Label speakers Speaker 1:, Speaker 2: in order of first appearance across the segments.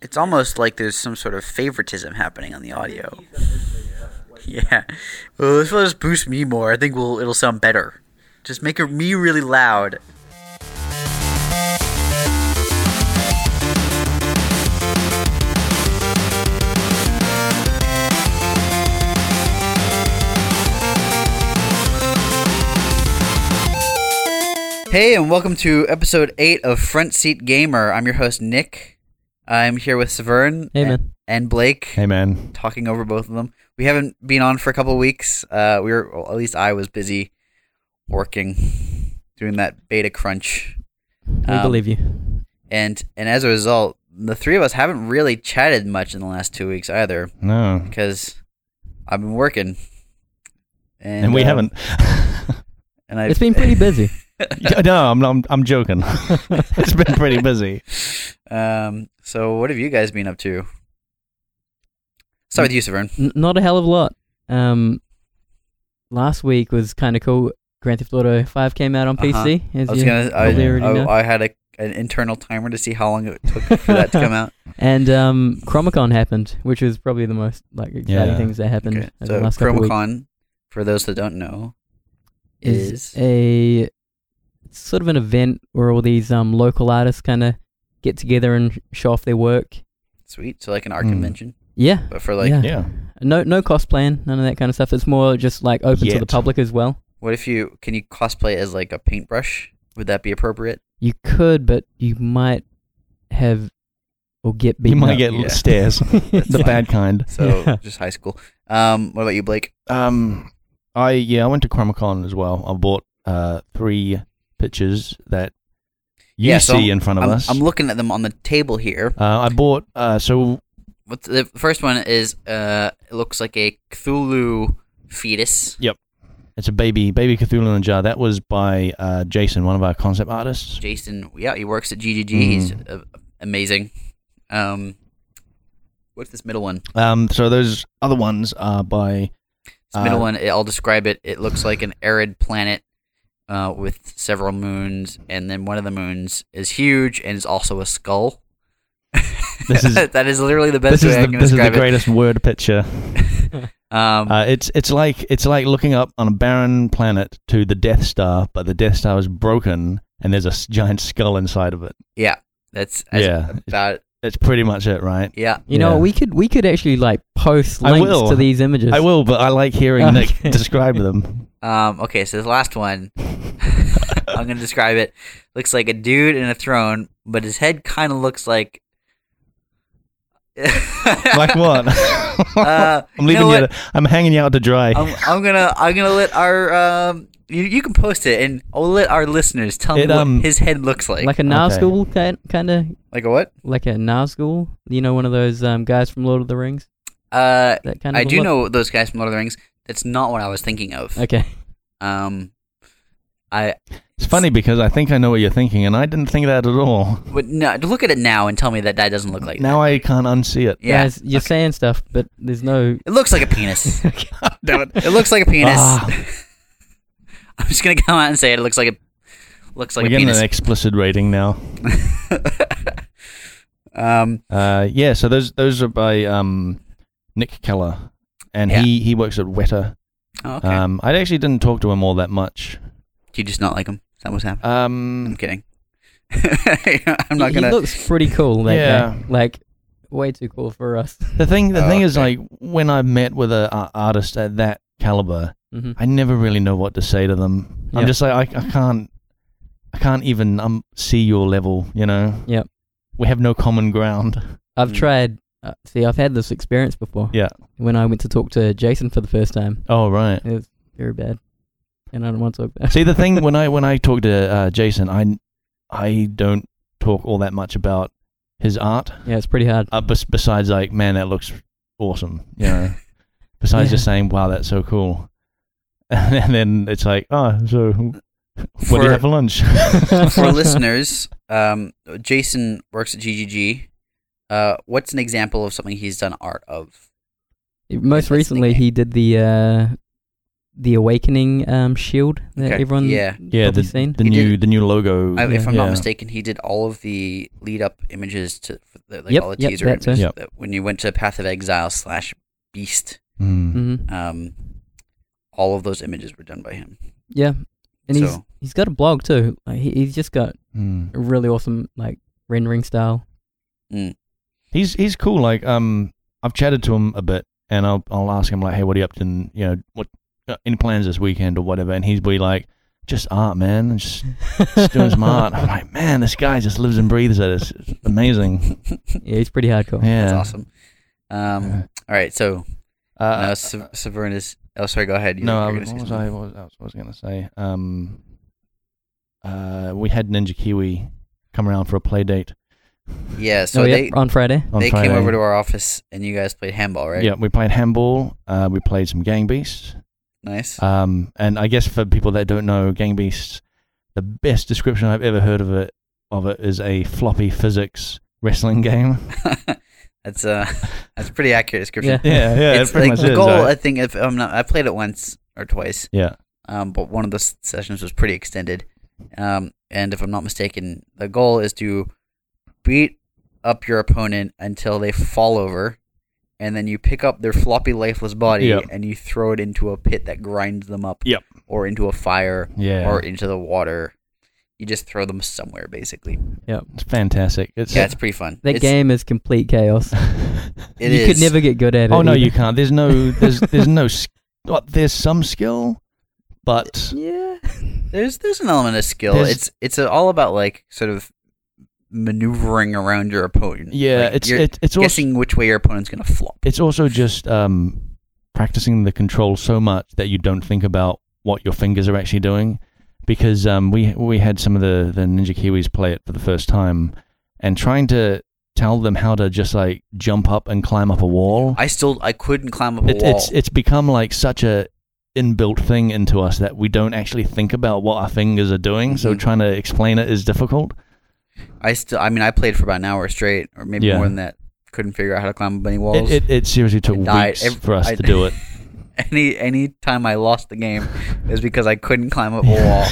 Speaker 1: It's almost like there's some sort of favoritism happening on the audio. Yeah. Well, this will just boost me more. I think we'll it'll sound better. Just make it me really loud. Hey, and welcome to episode eight of Front Seat Gamer. I'm your host Nick. I'm here with Severn
Speaker 2: Hey,
Speaker 1: a-
Speaker 2: man.
Speaker 1: and Blake.
Speaker 3: Hey man,
Speaker 1: talking over both of them. We haven't been on for a couple of weeks. Uh, we were, well, at least I was busy working, doing that beta crunch,
Speaker 2: We
Speaker 1: Um,
Speaker 2: believe you.
Speaker 1: and and as a result, the three of us haven't really chatted much in the last two weeks either
Speaker 3: no,
Speaker 1: because I've been working, and,
Speaker 3: and, we
Speaker 1: uh,
Speaker 3: haven't.
Speaker 1: And I,
Speaker 2: It's been pretty busy.
Speaker 3: Yeah, no, I'm, I'm I'm joking. it's been pretty busy.
Speaker 1: um. So what have you guys been up to? Start with you, Severn.
Speaker 2: N- not a hell of a lot. Um, last week was kind of cool. Grand Theft Auto 5 came out on PC. As
Speaker 1: Uh-huh. I was
Speaker 2: you
Speaker 1: gonna. I,
Speaker 2: probably already know.
Speaker 1: I, I had a, an internal timer to see how long it took for that to come out.
Speaker 2: and um, Chromicon happened, which was probably the most like exciting
Speaker 3: Yeah.
Speaker 2: things that happened
Speaker 1: Okay.
Speaker 2: in
Speaker 1: So
Speaker 2: the last couple of weeks.
Speaker 1: Chromacon, for those that don't know, is
Speaker 2: Is a it's sort of an event where all these um, local artists kind of get together and sh- show off their work.
Speaker 1: sweet. So like an art
Speaker 3: Hmm.
Speaker 1: convention,
Speaker 2: Yeah.
Speaker 1: but for like,
Speaker 2: yeah.
Speaker 3: Yeah,
Speaker 2: No, no cosplaying, none of that kind of stuff. It's more just like open to the
Speaker 3: Yet.
Speaker 2: public as well.
Speaker 1: what if you can you cosplay as like a paintbrush? Would that be appropriate?
Speaker 2: You could, but you might have or get
Speaker 3: you
Speaker 2: beaten.
Speaker 3: might
Speaker 2: up.
Speaker 3: get
Speaker 1: yeah.
Speaker 3: stares, the
Speaker 1: fine.
Speaker 3: bad kind.
Speaker 1: So
Speaker 2: Yeah.
Speaker 1: just high school. Um, what about you, Blake?
Speaker 3: Um, I yeah, I went to Chromicon as well. I bought uh three pictures that you
Speaker 1: Yeah, so
Speaker 3: see in front of
Speaker 1: I'm,
Speaker 3: us.
Speaker 1: I'm looking at them on the table here.
Speaker 3: uh, I bought uh so
Speaker 1: What's the first one is uh, it looks like a Cthulhu fetus.
Speaker 3: it's a baby baby Cthulhu in a jar. That was by uh Jason, one of our concept artists.
Speaker 1: Jason, yeah, he works at GGG.
Speaker 3: Hmm.
Speaker 1: He's uh, amazing. Um, what's this middle one?
Speaker 3: Um, so those other ones are by
Speaker 1: This middle
Speaker 3: Uh,
Speaker 1: one, it- I'll describe it. It looks like an arid planet uh, with several moons, and then one of the moons is huge and is also a skull.
Speaker 3: This is-
Speaker 1: that is literally the best
Speaker 3: this
Speaker 1: way
Speaker 3: is
Speaker 1: I
Speaker 3: the,
Speaker 1: can
Speaker 3: this is the
Speaker 1: describe
Speaker 3: greatest word picture.
Speaker 1: it. Um,
Speaker 3: Uh, it's it's like it's like looking up on a barren planet to the Death Star, but the Death Star is broken, and there's a s- giant skull inside of it.
Speaker 1: that's, that's
Speaker 3: yeah.
Speaker 1: about
Speaker 3: That's pretty much it, right?
Speaker 1: yeah.
Speaker 2: You know,
Speaker 3: Yeah.
Speaker 2: we could we could actually like post
Speaker 3: I
Speaker 2: links
Speaker 3: will.
Speaker 2: to these images.
Speaker 3: I will, but I like hearing
Speaker 2: Okay.
Speaker 3: Nick describe them.
Speaker 1: Um, okay, so this last one, I'm gonna describe it. Looks like a dude in a throne, but his head kind of looks like
Speaker 3: like what?
Speaker 1: Uh,
Speaker 3: I'm
Speaker 1: you know
Speaker 3: leaving you.
Speaker 1: what? Um,
Speaker 3: to- I'm hanging you out to dry.
Speaker 1: I'm, I'm gonna I'm gonna let our um you, you can post it and I'll let our listeners tell
Speaker 3: It,
Speaker 1: me what
Speaker 3: um,
Speaker 1: his head looks like.
Speaker 2: like a Nazgul kind kind of
Speaker 1: Like a what?
Speaker 2: like a Nazgul. You know, one of those um, guys from Lord of the Rings.
Speaker 1: Uh,
Speaker 2: That kind of.
Speaker 1: I do
Speaker 2: look.
Speaker 1: know those guys from Lord of the Rings. That's not what I was thinking of.
Speaker 2: Okay.
Speaker 1: Um, I
Speaker 3: it's funny because I think I know what you're thinking, and I didn't think that at all.
Speaker 1: but no, look at it now and tell me that that doesn't look like.
Speaker 3: now I can't unsee it.
Speaker 1: that. yeah,
Speaker 2: Guys, you're saying stuff, but there's no.
Speaker 1: it looks like a penis.
Speaker 3: Damn it.
Speaker 1: it looks like a penis.
Speaker 3: Ah,
Speaker 1: I'm just gonna come out and say it. It looks like a looks like
Speaker 3: we're
Speaker 1: a
Speaker 3: getting
Speaker 1: penis.
Speaker 3: an explicit rating now.
Speaker 1: um,
Speaker 3: Uh, yeah, so those those are by um, Nick Keller, and
Speaker 1: Yeah.
Speaker 3: he he works at Weta.
Speaker 1: oh, okay.
Speaker 3: Um, I actually didn't talk to him all that much.
Speaker 1: Do you just not like him? Is that what's happening? I'm
Speaker 3: Um,
Speaker 1: kidding. I'm not
Speaker 2: he,
Speaker 1: gonna.
Speaker 2: He looks pretty cool. That
Speaker 3: Yeah.
Speaker 2: guy. Like way too cool for us.
Speaker 3: the thing the
Speaker 1: Oh,
Speaker 3: thing is,
Speaker 1: okay.
Speaker 3: like when I've met with a, a artist at that caliber,
Speaker 2: hmm
Speaker 3: I never really know what to say to them.
Speaker 2: Yeah.
Speaker 3: I'm just like I, I can't I can't even um see your level. You know.
Speaker 2: Yep.
Speaker 3: We have no common ground.
Speaker 2: I've
Speaker 1: Mm.
Speaker 2: tried. Uh, see, I've had this experience before.
Speaker 3: Yeah.
Speaker 2: When I went to talk to Jason for the first time.
Speaker 3: Oh right.
Speaker 2: It was very bad, and I don't want to talk about. it.
Speaker 3: See the thing when I when I talk to uh, Jason, I I don't talk all that much about his art.
Speaker 2: Yeah, it's pretty hard.
Speaker 3: uh, bes- besides like man that looks awesome you know besides just saying wow that's so cool and then it's like oh so what do
Speaker 1: For-
Speaker 3: you have for lunch
Speaker 1: for listeners, um, Jason works at GGG. Uh, what's an example of something he's done art of?
Speaker 2: Most
Speaker 1: Interesting
Speaker 2: recently,
Speaker 1: game.
Speaker 2: he did the uh, the Awakening um, shield that
Speaker 1: Okay,
Speaker 2: everyone
Speaker 1: yeah.
Speaker 3: Yeah,
Speaker 2: probably
Speaker 3: the,
Speaker 2: seen.
Speaker 3: the
Speaker 1: He
Speaker 3: new
Speaker 1: did-
Speaker 3: the new logo.
Speaker 1: I, if I'm
Speaker 3: yeah.
Speaker 1: not mistaken, he did all of the lead up images to for the, like
Speaker 2: Yep,
Speaker 1: all the
Speaker 2: yep,
Speaker 1: teaser
Speaker 2: that too.
Speaker 1: images
Speaker 3: Yep.
Speaker 1: that when you went to Path of Exile slash Beast.
Speaker 3: Mm.
Speaker 2: hmm
Speaker 1: Um, all of those images were done by him.
Speaker 2: Yeah, and he's
Speaker 1: So-
Speaker 2: he's got a blog too. Like, he, he's just got
Speaker 3: Mm.
Speaker 2: a really awesome like rendering style.
Speaker 1: mm.
Speaker 3: He's he's cool. Like um, I've chatted to him a bit, and I'll I'll ask him like, hey, what are you up to? And, you know, what uh, any plans this weekend or whatever? And he's be like, just art, man, and just, just doing some art. I'm like, man, this guy just lives and breathes it. It's it's amazing.
Speaker 2: Yeah, he's pretty hardcore.
Speaker 3: Yeah,
Speaker 1: That's awesome. Um,
Speaker 3: Yeah.
Speaker 1: All right, so
Speaker 3: Uh,
Speaker 1: now Sa- Saverna's. Oh, sorry. Go ahead. You-
Speaker 3: no,
Speaker 1: you're gonna
Speaker 3: I- what
Speaker 1: say
Speaker 3: was
Speaker 1: something.
Speaker 3: I what was, what was I going to say? Um, uh, we had Ninja Kiwi come around for a play date
Speaker 1: Yeah. So
Speaker 2: oh yeah,
Speaker 1: they
Speaker 2: on Friday.
Speaker 3: on
Speaker 1: they
Speaker 3: Friday.
Speaker 1: came over to our office and you guys played handball, right?
Speaker 3: Yeah, we played handball. Uh, we played some Gang Beasts.
Speaker 1: Nice.
Speaker 3: Um, and I guess for people that don't know, Gang Beasts, the best description I've ever heard of it of it is a floppy physics wrestling game.
Speaker 1: that's uh that's a pretty accurate description.
Speaker 2: Yeah.
Speaker 3: yeah, yeah,
Speaker 1: it's
Speaker 3: it pretty
Speaker 1: like
Speaker 3: much
Speaker 1: the
Speaker 3: is.
Speaker 1: goal.
Speaker 3: right?
Speaker 1: I think if I'm not, I played it once or twice.
Speaker 3: yeah,
Speaker 1: um, but one of the s- sessions was pretty extended. Um, and if I'm not mistaken, the goal is to beat up your opponent until they fall over, and then you pick up their floppy, lifeless body
Speaker 3: Yeah.
Speaker 1: and you throw it into a pit that grinds them up,
Speaker 3: Yep.
Speaker 1: or into a fire,
Speaker 3: yeah,
Speaker 1: or into the water. You just throw them somewhere, basically.
Speaker 3: it's fantastic. It's
Speaker 1: Yeah, it's pretty fun.
Speaker 2: That
Speaker 1: It's-
Speaker 2: game is complete chaos.
Speaker 1: it
Speaker 2: you
Speaker 1: is.
Speaker 2: could never get good at it.
Speaker 3: oh no,
Speaker 2: either.
Speaker 3: you can't. There's no there's there's no s- well, there's some skill, but
Speaker 2: Yeah.
Speaker 1: There's there's an element of skill.
Speaker 3: There's-
Speaker 1: it's it's all about like sort of maneuvering around your opponent.
Speaker 3: yeah,
Speaker 1: Like,
Speaker 3: it's
Speaker 1: you're
Speaker 3: it, it's also
Speaker 1: guessing which way your opponent's gonna flop.
Speaker 3: it's also just um, practicing the control so much that you don't think about what your fingers are actually doing. Because um, we we had some of the, the Ninja Kiwis play it for the first time, and trying to tell them how to just like jump up and climb up a wall.
Speaker 1: I still I couldn't climb up a
Speaker 3: It,
Speaker 1: wall.
Speaker 3: it's it's become like such a inbuilt thing into us that we don't actually think about what our fingers are doing. So
Speaker 1: Mhm.
Speaker 3: trying to explain it is difficult.
Speaker 1: I still I mean I played for about an hour straight or maybe
Speaker 3: Yeah.
Speaker 1: more than that. Couldn't figure out how to climb up any
Speaker 3: It,
Speaker 1: walls.
Speaker 3: it, it seriously took
Speaker 1: It died.
Speaker 3: weeks
Speaker 1: Ev-
Speaker 3: for us
Speaker 1: I-
Speaker 3: to do it.
Speaker 1: any any time I lost the game is because I couldn't climb up a wall.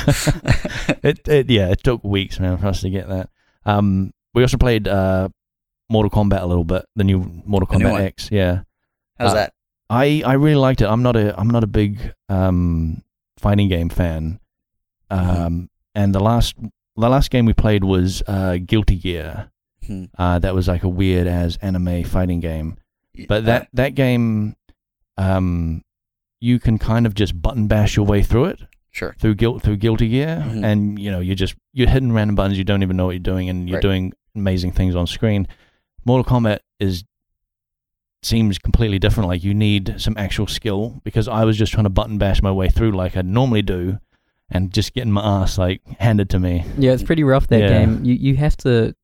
Speaker 3: it, it yeah, it took weeks, man, for us to get that. Um, we also played uh, Mortal Kombat a little bit, the new Mortal
Speaker 1: The new
Speaker 3: Kombat
Speaker 1: one.
Speaker 3: X. Yeah,
Speaker 1: How's
Speaker 3: Uh,
Speaker 1: that?
Speaker 3: I I really liked it. I'm not a I'm not a big um fighting game fan.
Speaker 1: Mm-hmm.
Speaker 3: Um, and the last the last game we played was uh Guilty Gear.
Speaker 1: Hmm.
Speaker 3: Uh, that was like a weird as anime fighting game.
Speaker 1: Uh,
Speaker 3: But that that game, um, you can kind of just button bash your way through it
Speaker 1: sure.
Speaker 3: through guilt through guilty gear
Speaker 1: Mhm.
Speaker 3: and you know you're just you're hitting random buttons you don't even know what you're doing and you're
Speaker 1: Right.
Speaker 3: doing amazing things on screen mortal kombat is seems completely different like you need some actual skill because i was just trying to button bash my way through like i normally do and just getting my ass like handed to me
Speaker 2: Yeah, it's pretty rough that
Speaker 3: Yeah.
Speaker 2: game. You you have to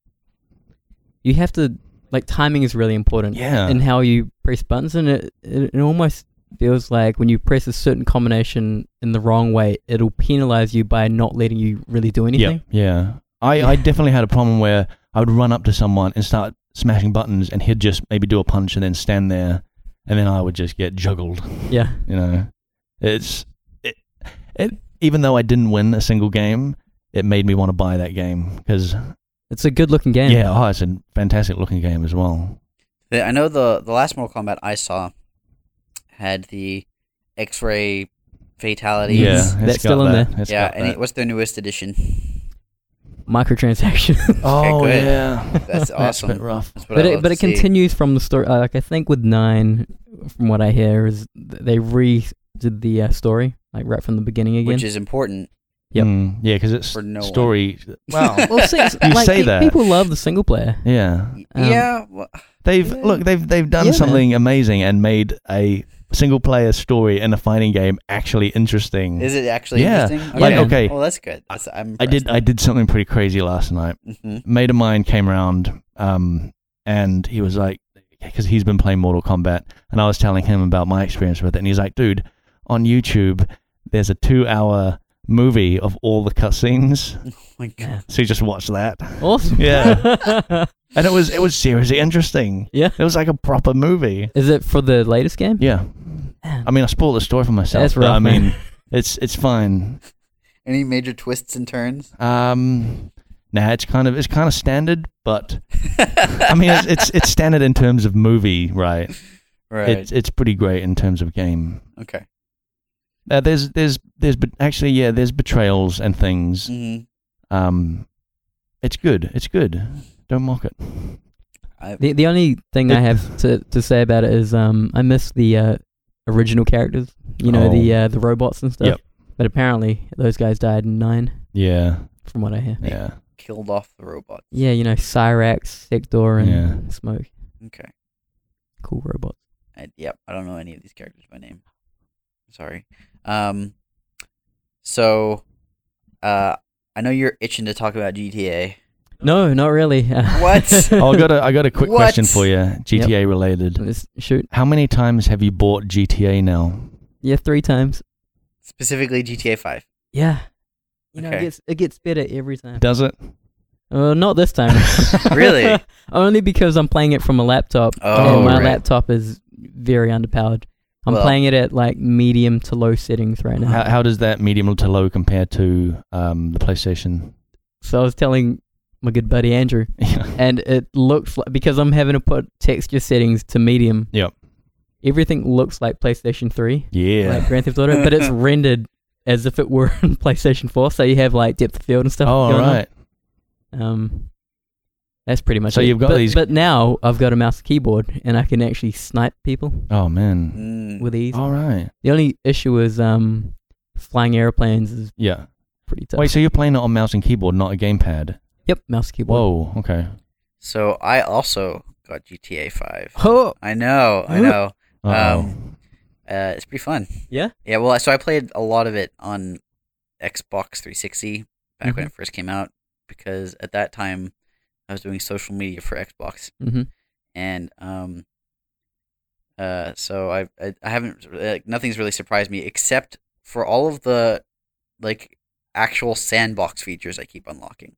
Speaker 2: you have to like timing is really important.
Speaker 3: Yeah.
Speaker 2: In how you press buttons and it, it it almost feels like when you press a certain combination in the wrong way, it'll penalize you by not letting you really do anything.
Speaker 3: yeah yeah i i definitely had a problem where i would run up to someone and start smashing buttons and he'd just maybe do a punch and then stand there and then i would just get juggled
Speaker 2: Yeah.
Speaker 3: you know it's it, it even though i didn't win a single game it made me want to buy that game because
Speaker 2: It's a good looking game.
Speaker 3: yeah oh it's a fantastic looking game as well
Speaker 1: The- I know the the last Mortal Kombat I saw had the X-ray fatalities.
Speaker 3: yeah
Speaker 2: Yes,
Speaker 3: it's
Speaker 2: that's
Speaker 3: got
Speaker 2: still in
Speaker 3: that. It's
Speaker 1: Yeah,
Speaker 3: got
Speaker 1: and
Speaker 3: that.
Speaker 1: it, what's their newest edition?
Speaker 2: Microtransaction.
Speaker 3: oh
Speaker 1: good.
Speaker 3: yeah
Speaker 1: That's awesome.
Speaker 3: a bit rough
Speaker 1: That's what
Speaker 2: but
Speaker 1: I love
Speaker 2: it but
Speaker 1: to
Speaker 2: it
Speaker 1: see.
Speaker 2: continues from the story uh, like I think with 9 from what I hear is th- they re did the uh, story like right from the beginning again.
Speaker 1: which is important.
Speaker 2: Yep.
Speaker 3: Mm, yeah because it's
Speaker 1: For no one.
Speaker 3: story wow
Speaker 2: well, see, it's-
Speaker 3: You
Speaker 2: like,
Speaker 3: say
Speaker 2: pe-
Speaker 3: that.
Speaker 2: people love the single player.
Speaker 3: yeah
Speaker 2: Um,
Speaker 1: yeah, well,
Speaker 3: they've
Speaker 2: Yeah.
Speaker 3: look they've they've done
Speaker 2: Yeah, man.
Speaker 3: something amazing and made a single player story in a fighting game actually interesting
Speaker 1: is it actually
Speaker 3: Yeah,
Speaker 1: interesting?
Speaker 2: like,
Speaker 3: okay.
Speaker 1: Well, that's good. That's, I'm
Speaker 3: i did i did something pretty crazy last night
Speaker 1: hmm
Speaker 3: mate of mine came around um, and he was like, because he's been playing Mortal Kombat, and I was telling him about my experience with it, and he's like, dude, on YouTube, there's a two hour movie of all the cutscenes,
Speaker 1: my God.
Speaker 3: so you just watch that.
Speaker 2: Awesome.
Speaker 3: Yeah. And it was it was seriously interesting.
Speaker 2: Yeah.
Speaker 3: It was like a proper movie.
Speaker 2: Is it for the latest game?
Speaker 3: Yeah.
Speaker 2: Man.
Speaker 3: I mean, I spoiled the story for myself.
Speaker 2: That's
Speaker 3: but
Speaker 2: rough,
Speaker 3: I mean,
Speaker 2: man.
Speaker 3: it's it's fine.
Speaker 1: Any major twists and turns?
Speaker 3: Um, nah, it's kind of it's kind of standard, but I mean, it's it's, it's standard in terms of movie, right?
Speaker 1: right.
Speaker 3: It's it's pretty great in terms of game.
Speaker 1: okay.
Speaker 3: Uh, there's there's there's but actually yeah, there's betrayals and things.
Speaker 1: hmm
Speaker 3: Um, it's good. It's good. Don't mock it.
Speaker 1: I,
Speaker 2: The the only thing I
Speaker 3: It-
Speaker 2: have to, to say about it is um I miss the uh, original characters, you know the uh, the robots and stuff.
Speaker 3: Oh. Yep.
Speaker 2: But apparently those guys died in nine,
Speaker 3: Yeah,
Speaker 2: from what I hear.
Speaker 3: yeah.
Speaker 1: killed off the robot.
Speaker 2: Yeah, you know Cyrax, Sector, and
Speaker 3: Yeah.
Speaker 2: Smoke.
Speaker 1: Okay.
Speaker 2: Cool robots.
Speaker 1: I, yep. I don't know any of these characters by name. Sorry. Um. So, uh, I know you're itching to talk about GTA.
Speaker 2: No, not really.
Speaker 1: What?
Speaker 3: Oh, I got a I got a quick
Speaker 1: What?
Speaker 3: question for you, GTA related.
Speaker 2: Let's shoot.
Speaker 3: How many times have you bought GTA now?
Speaker 2: Yeah, three times.
Speaker 1: specifically GTA Five.
Speaker 2: Yeah. You know, it
Speaker 1: Okay.
Speaker 2: gets it gets better every time.
Speaker 3: Does it?
Speaker 2: Uh, not this time.
Speaker 1: Really?
Speaker 2: Only because I'm playing it from a laptop,
Speaker 1: Oh,
Speaker 2: and my
Speaker 1: right.
Speaker 2: laptop is very underpowered. I'm
Speaker 1: Well-
Speaker 2: playing it at like medium to low settings right now.
Speaker 3: How, how does that medium to low compare to um, the PlayStation?
Speaker 2: So I was telling my good buddy Andrew,
Speaker 3: Yeah.
Speaker 2: and it looks like because I'm having to put texture settings to medium.
Speaker 3: Yep.
Speaker 2: Everything looks like PlayStation 3, like
Speaker 3: yeah.
Speaker 2: Grand Theft Auto, but it's rendered as if it were on PlayStation 4. So you have like depth of field and stuff.
Speaker 3: Oh, all
Speaker 2: going on.
Speaker 3: right.
Speaker 2: Um, that's pretty much
Speaker 3: So
Speaker 2: it.
Speaker 3: you've got
Speaker 2: but,
Speaker 3: these-
Speaker 2: But now I've got a mouse keyboard and I can actually snipe people
Speaker 3: Oh man.
Speaker 1: Mm.
Speaker 2: with ease.
Speaker 3: All right.
Speaker 2: The only issue is um, flying airplanes is
Speaker 3: Yeah.
Speaker 2: pretty tough.
Speaker 3: Wait. So you're playing it on mouse and keyboard, not a gamepad?
Speaker 2: Yep, mouse keyboard.
Speaker 3: Whoa. Okay.
Speaker 1: So I also got GTA Five.
Speaker 2: Whoa.
Speaker 1: I know. I
Speaker 2: Huh?
Speaker 1: know.
Speaker 3: Uh-oh.
Speaker 1: Um, Uh, it's pretty fun.
Speaker 2: Yeah?
Speaker 1: Yeah. Well, so I played a lot of it on Xbox 360 back when it first came out because at that time I was doing social media for Xbox
Speaker 2: hmm
Speaker 1: and um. Uh, so I I, I haven't like nothing's really surprised me except for all of the like actual sandbox features I keep unlocking.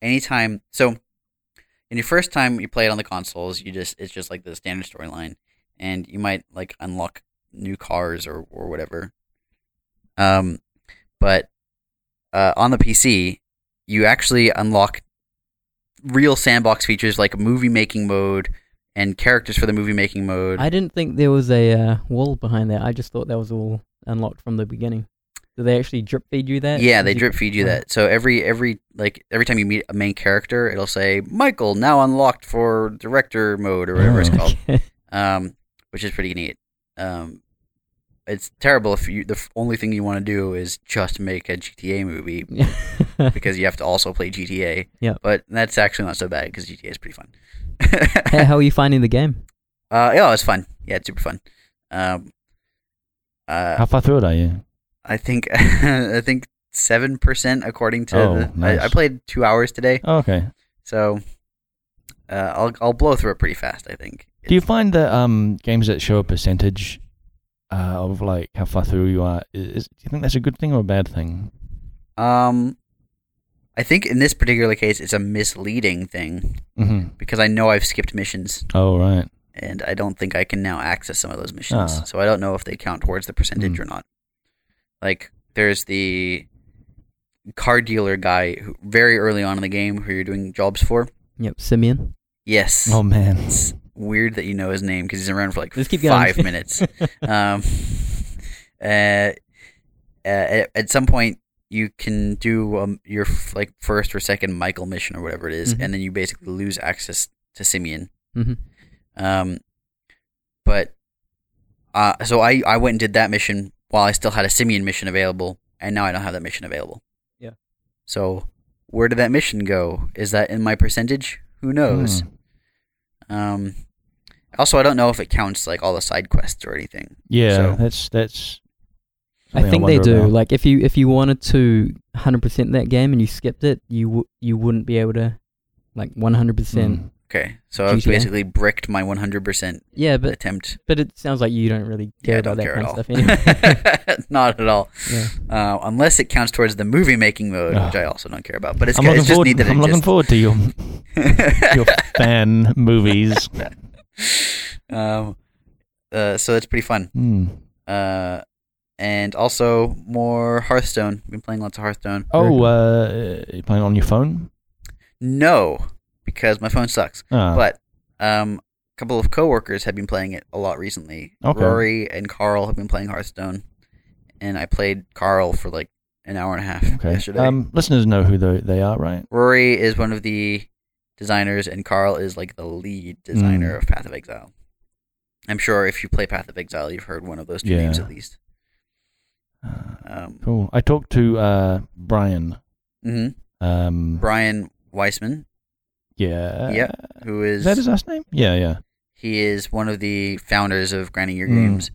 Speaker 1: Anytime, so in your first time you play it on the consoles, you just it's just like the standard storyline, and you might like unlock new cars or or whatever. Um, but uh, on the PC, you actually unlock real sandbox features like movie making mode and characters for the movie making mode.
Speaker 2: I didn't think there was a uh, wall behind that. I just thought that was all unlocked from the beginning. Do they actually drip feed you that?
Speaker 1: Yeah,
Speaker 2: Did
Speaker 1: they
Speaker 2: you-
Speaker 1: drip feed you
Speaker 2: Wow.
Speaker 1: that. So every every like every time you meet a main character, it'll say Michael now unlocked for director mode or whatever it's
Speaker 3: Oh.
Speaker 1: called,
Speaker 2: Okay.
Speaker 1: um, which is pretty neat. Um, it's terrible if you the f- only thing you want to do is just make a GTA movie because you have to also play GTA.
Speaker 2: Yeah.
Speaker 1: but that's actually not so bad because GTA is pretty fun.
Speaker 2: How- How are you finding the game?
Speaker 1: uh, yeah, it's fun. Yeah, it's super fun. Um, uh,
Speaker 3: How far through it are you?
Speaker 1: I think I think seven percent according to
Speaker 3: Oh,
Speaker 1: the,
Speaker 3: nice.
Speaker 1: I, I played two hours today.
Speaker 2: uh,
Speaker 3: Oh, okay.
Speaker 1: So uh, I'll I'll blow through it pretty fast. I think.
Speaker 3: Do you find that um, games that show a percentage uh, of like how far through you are, i- is, do you think that's a good thing or a bad thing?
Speaker 1: um, I think in this particular case, it's a misleading thing
Speaker 3: Mm-hmm.
Speaker 1: because I know I've skipped missions,
Speaker 3: Oh, right.
Speaker 1: and I don't think I can now access some of those missions.
Speaker 3: Ah.
Speaker 1: So I don't know if they count towards the percentage
Speaker 3: Hmm.
Speaker 1: or not. Like there's the car dealer guy who, very early on in the game who you're doing jobs for.
Speaker 2: Yep, Simeon.
Speaker 1: Yes.
Speaker 3: Oh man.
Speaker 1: It's weird that you know his name because he's around for like
Speaker 2: Let's keep going.
Speaker 1: five minutes.
Speaker 2: Mm-hmm.
Speaker 1: um, uh, uh, at, at some point you can do um, your f- like first or second Michael mission or whatever it is,
Speaker 2: Mhm.
Speaker 1: and then you basically lose access to Simeon.
Speaker 2: hmm
Speaker 1: Um, but uh, so I I went and did that mission while I still had a Simeon mission available, and now I don't have that mission available.
Speaker 2: Yeah.
Speaker 1: So where did that mission go? Is that in my percentage? Who knows?
Speaker 3: Hmm.
Speaker 1: Um, also, I don't know if it counts like all the side quests or anything.
Speaker 3: Yeah,
Speaker 1: So-
Speaker 3: that's that's.
Speaker 2: I
Speaker 3: something
Speaker 2: think they
Speaker 3: wonder
Speaker 2: do.
Speaker 3: about.
Speaker 2: Like if you if you wanted to 100% that game and you skipped it, you w- you wouldn't be able to like 100%.
Speaker 1: Hmm.
Speaker 3: Mm.
Speaker 1: Okay, so I've
Speaker 2: GTA.
Speaker 1: basically bricked my 100%
Speaker 2: Yeah, but
Speaker 1: attempt.
Speaker 2: but it sounds like you don't really
Speaker 1: Yeah,
Speaker 2: care
Speaker 1: I don't
Speaker 2: about that
Speaker 1: care
Speaker 2: kind
Speaker 1: at
Speaker 2: of
Speaker 1: all.
Speaker 2: stuff anyway.
Speaker 1: Not at all.
Speaker 2: yeah.
Speaker 1: Uh, unless it counts towards the movie making mode,
Speaker 3: Ugh.
Speaker 1: which I also don't care about. But it's,
Speaker 3: I'm
Speaker 1: good-
Speaker 3: looking
Speaker 1: it's just
Speaker 3: forward.
Speaker 1: neat that
Speaker 3: I'm
Speaker 1: it
Speaker 3: looking
Speaker 1: just.
Speaker 3: forward to your your fan movies.
Speaker 1: um, uh, so it's pretty fun.
Speaker 3: Hmm.
Speaker 1: Uh, and also more Hearthstone. Been playing lots of Hearthstone.
Speaker 3: Oh, uh, you playing on your phone?
Speaker 1: No, because my phone sucks.
Speaker 3: Ah,
Speaker 1: But um, a couple of coworkers have been playing it a lot recently.
Speaker 3: Okay.
Speaker 1: Rory and Carl have been playing Hearthstone, and I played Carl for like an hour and a half
Speaker 3: okay.
Speaker 1: yesterday.
Speaker 3: Um, listeners know who they, they are, right?
Speaker 1: Rory is one of the designers, and Carl is like the lead designer
Speaker 3: Mm.
Speaker 1: of Path of Exile. I'm sure if you play Path of Exile, you've heard one of those two
Speaker 3: Yeah.
Speaker 1: names at least.
Speaker 3: Ah,
Speaker 1: Um,
Speaker 3: Cool. I talked to uh, Brian.
Speaker 1: mhm.
Speaker 3: Um,
Speaker 1: Brian Weissman,
Speaker 3: Yeah.
Speaker 1: Yep, who is,
Speaker 3: Is that his last name? Yeah, yeah.
Speaker 1: he is one of the founders of Grinding Your
Speaker 3: Mm.
Speaker 1: Games,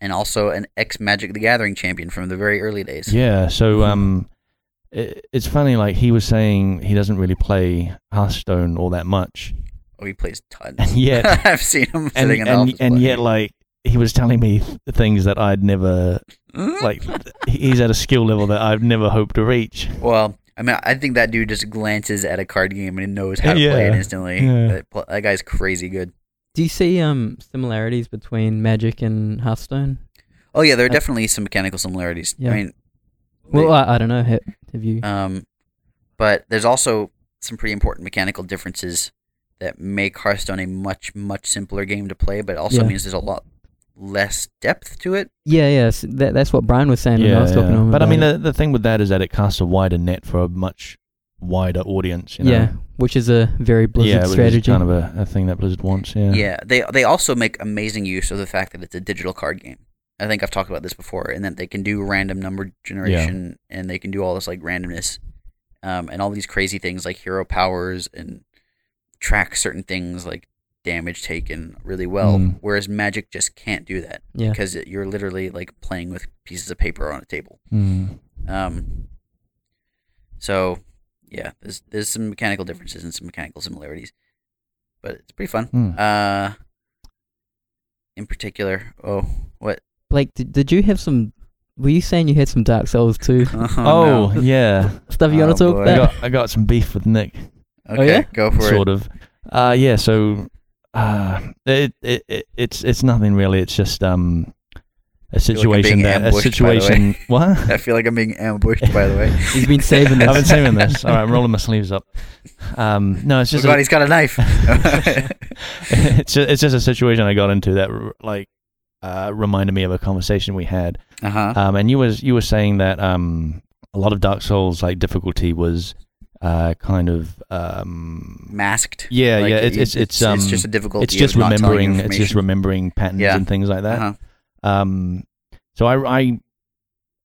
Speaker 1: and also an ex Magic the Gathering champion from the very early days.
Speaker 3: Yeah.
Speaker 1: Mm-hmm.
Speaker 3: So um, it, it's funny. Like he was saying, he doesn't really play Hearthstone all that much,
Speaker 1: Oh, he plays tons.
Speaker 3: and yet,
Speaker 1: I've seen him
Speaker 3: and
Speaker 1: sitting in the
Speaker 3: and,
Speaker 1: office
Speaker 3: and
Speaker 1: playing.
Speaker 3: yet, like he was telling me th- things that I'd never
Speaker 1: Hmm?
Speaker 3: like. he's at a skill level that I've never hoped to reach.
Speaker 1: Well, I mean, I think that dude just glances at a card game and knows how to play it
Speaker 3: Yeah,
Speaker 1: instantly.
Speaker 3: yeah.
Speaker 1: That, pl- that guy's crazy good.
Speaker 2: Do you see um similarities between Magic and Hearthstone?
Speaker 1: Oh yeah, there are
Speaker 2: Uh,
Speaker 1: definitely some mechanical similarities.
Speaker 2: yeah.
Speaker 1: I mean,
Speaker 2: Well,
Speaker 1: they-
Speaker 2: I, I don't know. Have, have
Speaker 3: Uh,
Speaker 2: you?
Speaker 1: um, but there's also some pretty important mechanical differences that make Hearthstone a much much simpler game to play, but also
Speaker 2: Yeah.
Speaker 1: means there's a lot less depth to it.
Speaker 2: yeah, yeah. s that, that's what Brian was saying when I was talking to him.
Speaker 3: But I
Speaker 2: about
Speaker 3: mean,
Speaker 2: it.
Speaker 3: the, the thing with that is that it casts a wider net for a much wider audience. You know?
Speaker 2: yeah, which is a very Blizzard
Speaker 3: yeah,
Speaker 2: strategy.
Speaker 3: Which is kind of a, a thing that Blizzard wants. Yeah.
Speaker 1: Yeah. they they also make amazing use of the fact that it's a digital card game. I think I've talked about this before, and that they can do random number generation, and they can do all this like randomness, um, and all these crazy things like hero powers and track certain things like damage taken really well.
Speaker 3: Mm.
Speaker 1: Whereas Magic just can't do that
Speaker 2: yeah,
Speaker 1: because it, you're literally like playing with pieces of paper on a table.
Speaker 3: Mm.
Speaker 1: Um, so yeah, there's there's some mechanical differences and some mechanical similarities, but it's pretty fun.
Speaker 3: Mm.
Speaker 1: Uh, in particular, oh, what?
Speaker 2: Blake, did, did you have some? Were you saying you had some Dark Souls too
Speaker 1: Oh,
Speaker 3: Oh,
Speaker 1: no.
Speaker 3: yeah.
Speaker 2: stuff you want
Speaker 1: Oh,
Speaker 2: to talk
Speaker 1: boy.
Speaker 3: I
Speaker 2: about?
Speaker 3: got I got some beef with Nick, Oh,
Speaker 1: okay,
Speaker 2: yeah?
Speaker 1: go for
Speaker 3: sort of. Uh, yeah. So, uh, it, it it it's it's nothing really. It's just um a
Speaker 1: like I'm being
Speaker 3: situation that a
Speaker 1: ambushed, by the way.
Speaker 3: situation. What?
Speaker 1: it. I feel like I'm being ambushed. By the way,
Speaker 2: He's been saving
Speaker 3: I've been
Speaker 2: this.
Speaker 3: saving this. All right, I'm rolling my sleeves up. Um, no, it's
Speaker 1: oh
Speaker 3: just a-
Speaker 1: God, he's got a knife. Uh-huh.
Speaker 3: it's just, it's just a situation I got into that r- like uh, reminded me of a conversation we had.
Speaker 1: uh huh.
Speaker 3: Um, and you was you were saying that um, a lot of Dark Souls like difficulty was uh, kind of um,
Speaker 1: Masked.
Speaker 3: yeah
Speaker 1: Like,
Speaker 3: yeah
Speaker 1: it-
Speaker 3: it's it's it's, um,
Speaker 1: it's just a difficulty.
Speaker 3: it's just
Speaker 1: of not telling
Speaker 3: remembering it's just
Speaker 1: information.
Speaker 3: remembering patterns
Speaker 1: Yeah.
Speaker 3: and things like that.
Speaker 1: Uh-huh.
Speaker 3: Um, so I I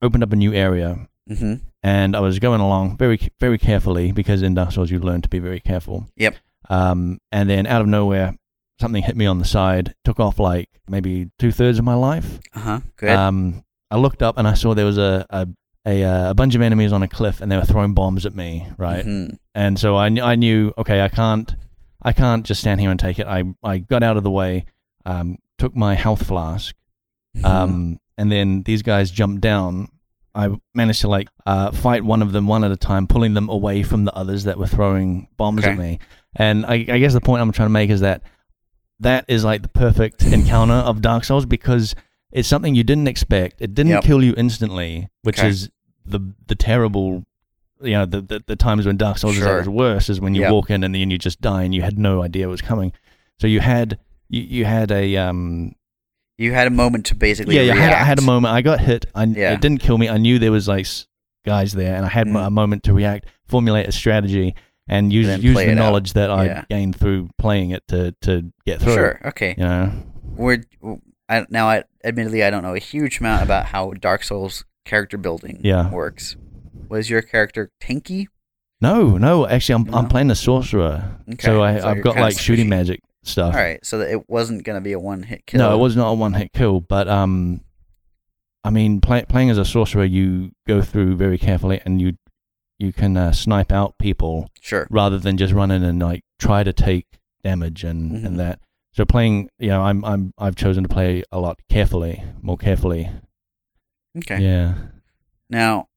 Speaker 3: opened up a new area
Speaker 1: Mm-hmm.
Speaker 3: and I was going along very very carefully because in Dark Souls you learn to be very careful.
Speaker 1: Yep.
Speaker 3: Um, and then out of nowhere, something hit me on the side, took off like maybe two thirds of my life.
Speaker 1: Uh huh. Good.
Speaker 3: Um, I looked up and I saw there was a a, a uh, a bunch of enemies on a cliff and they were throwing bombs at me, right?
Speaker 1: Mhm.
Speaker 3: And so I kn- I knew okay I can't I can't just stand here and take it. I I got out of the way, um, took my health flask,
Speaker 1: Mm-hmm.
Speaker 3: um, and then these guys jumped down. I managed to like uh, fight one of them one at a time, pulling them away from the others that were throwing bombs
Speaker 1: Okay.
Speaker 3: at me. And I, I guess the point I'm trying to make is that that is like the perfect encounter of Dark Souls because it's something you didn't expect. It didn't
Speaker 1: Yep.
Speaker 3: kill you instantly, which
Speaker 1: Okay.
Speaker 3: is the the terrible. You know the, the the times when Dark Souls
Speaker 1: Sure.
Speaker 3: is at its worst is when you
Speaker 1: Yep.
Speaker 3: walk in and then you just die and you had no idea it was coming. So you had you, you had a um
Speaker 1: you had a moment to basically.
Speaker 3: yeah, yeah. I had, I had a
Speaker 1: react.
Speaker 3: moment. I got hit. I,
Speaker 1: Yeah.
Speaker 3: It didn't kill me. I knew there was like s- guys there, and I had m
Speaker 1: Mm.
Speaker 3: a a moment to react, formulate a strategy, and use
Speaker 1: then
Speaker 3: use
Speaker 1: play
Speaker 3: the
Speaker 1: it out.
Speaker 3: knowledge that I
Speaker 1: Yeah.
Speaker 3: gained through playing it to to get through.
Speaker 1: Sure. Okay.
Speaker 3: You know.
Speaker 1: we're I, now I admittedly I don't know a huge amount about how Dark Souls character building
Speaker 3: Yeah.
Speaker 1: works. Was your character Tinky?
Speaker 3: No, no. Actually, I'm I'm
Speaker 1: No?
Speaker 3: playing the sorcerer,
Speaker 1: Okay,
Speaker 3: so I
Speaker 1: so
Speaker 3: I've
Speaker 1: you're
Speaker 3: got
Speaker 1: kinda
Speaker 3: like shooting
Speaker 1: squishy.
Speaker 3: magic stuff.
Speaker 1: All right, so that it wasn't gonna be a one hit kill.
Speaker 3: Oh. No, it was not a one hit kill, but um, I mean, play, playing as a sorcerer, you go through very carefully, and you you can uh, snipe out people
Speaker 1: Sure.
Speaker 3: rather than just run in and like try to take damage and,
Speaker 1: Mhm.
Speaker 3: and that. So playing, you know, I'm I'm I've chosen to play a lot carefully, more carefully.
Speaker 1: Okay.
Speaker 3: Yeah.
Speaker 1: Now,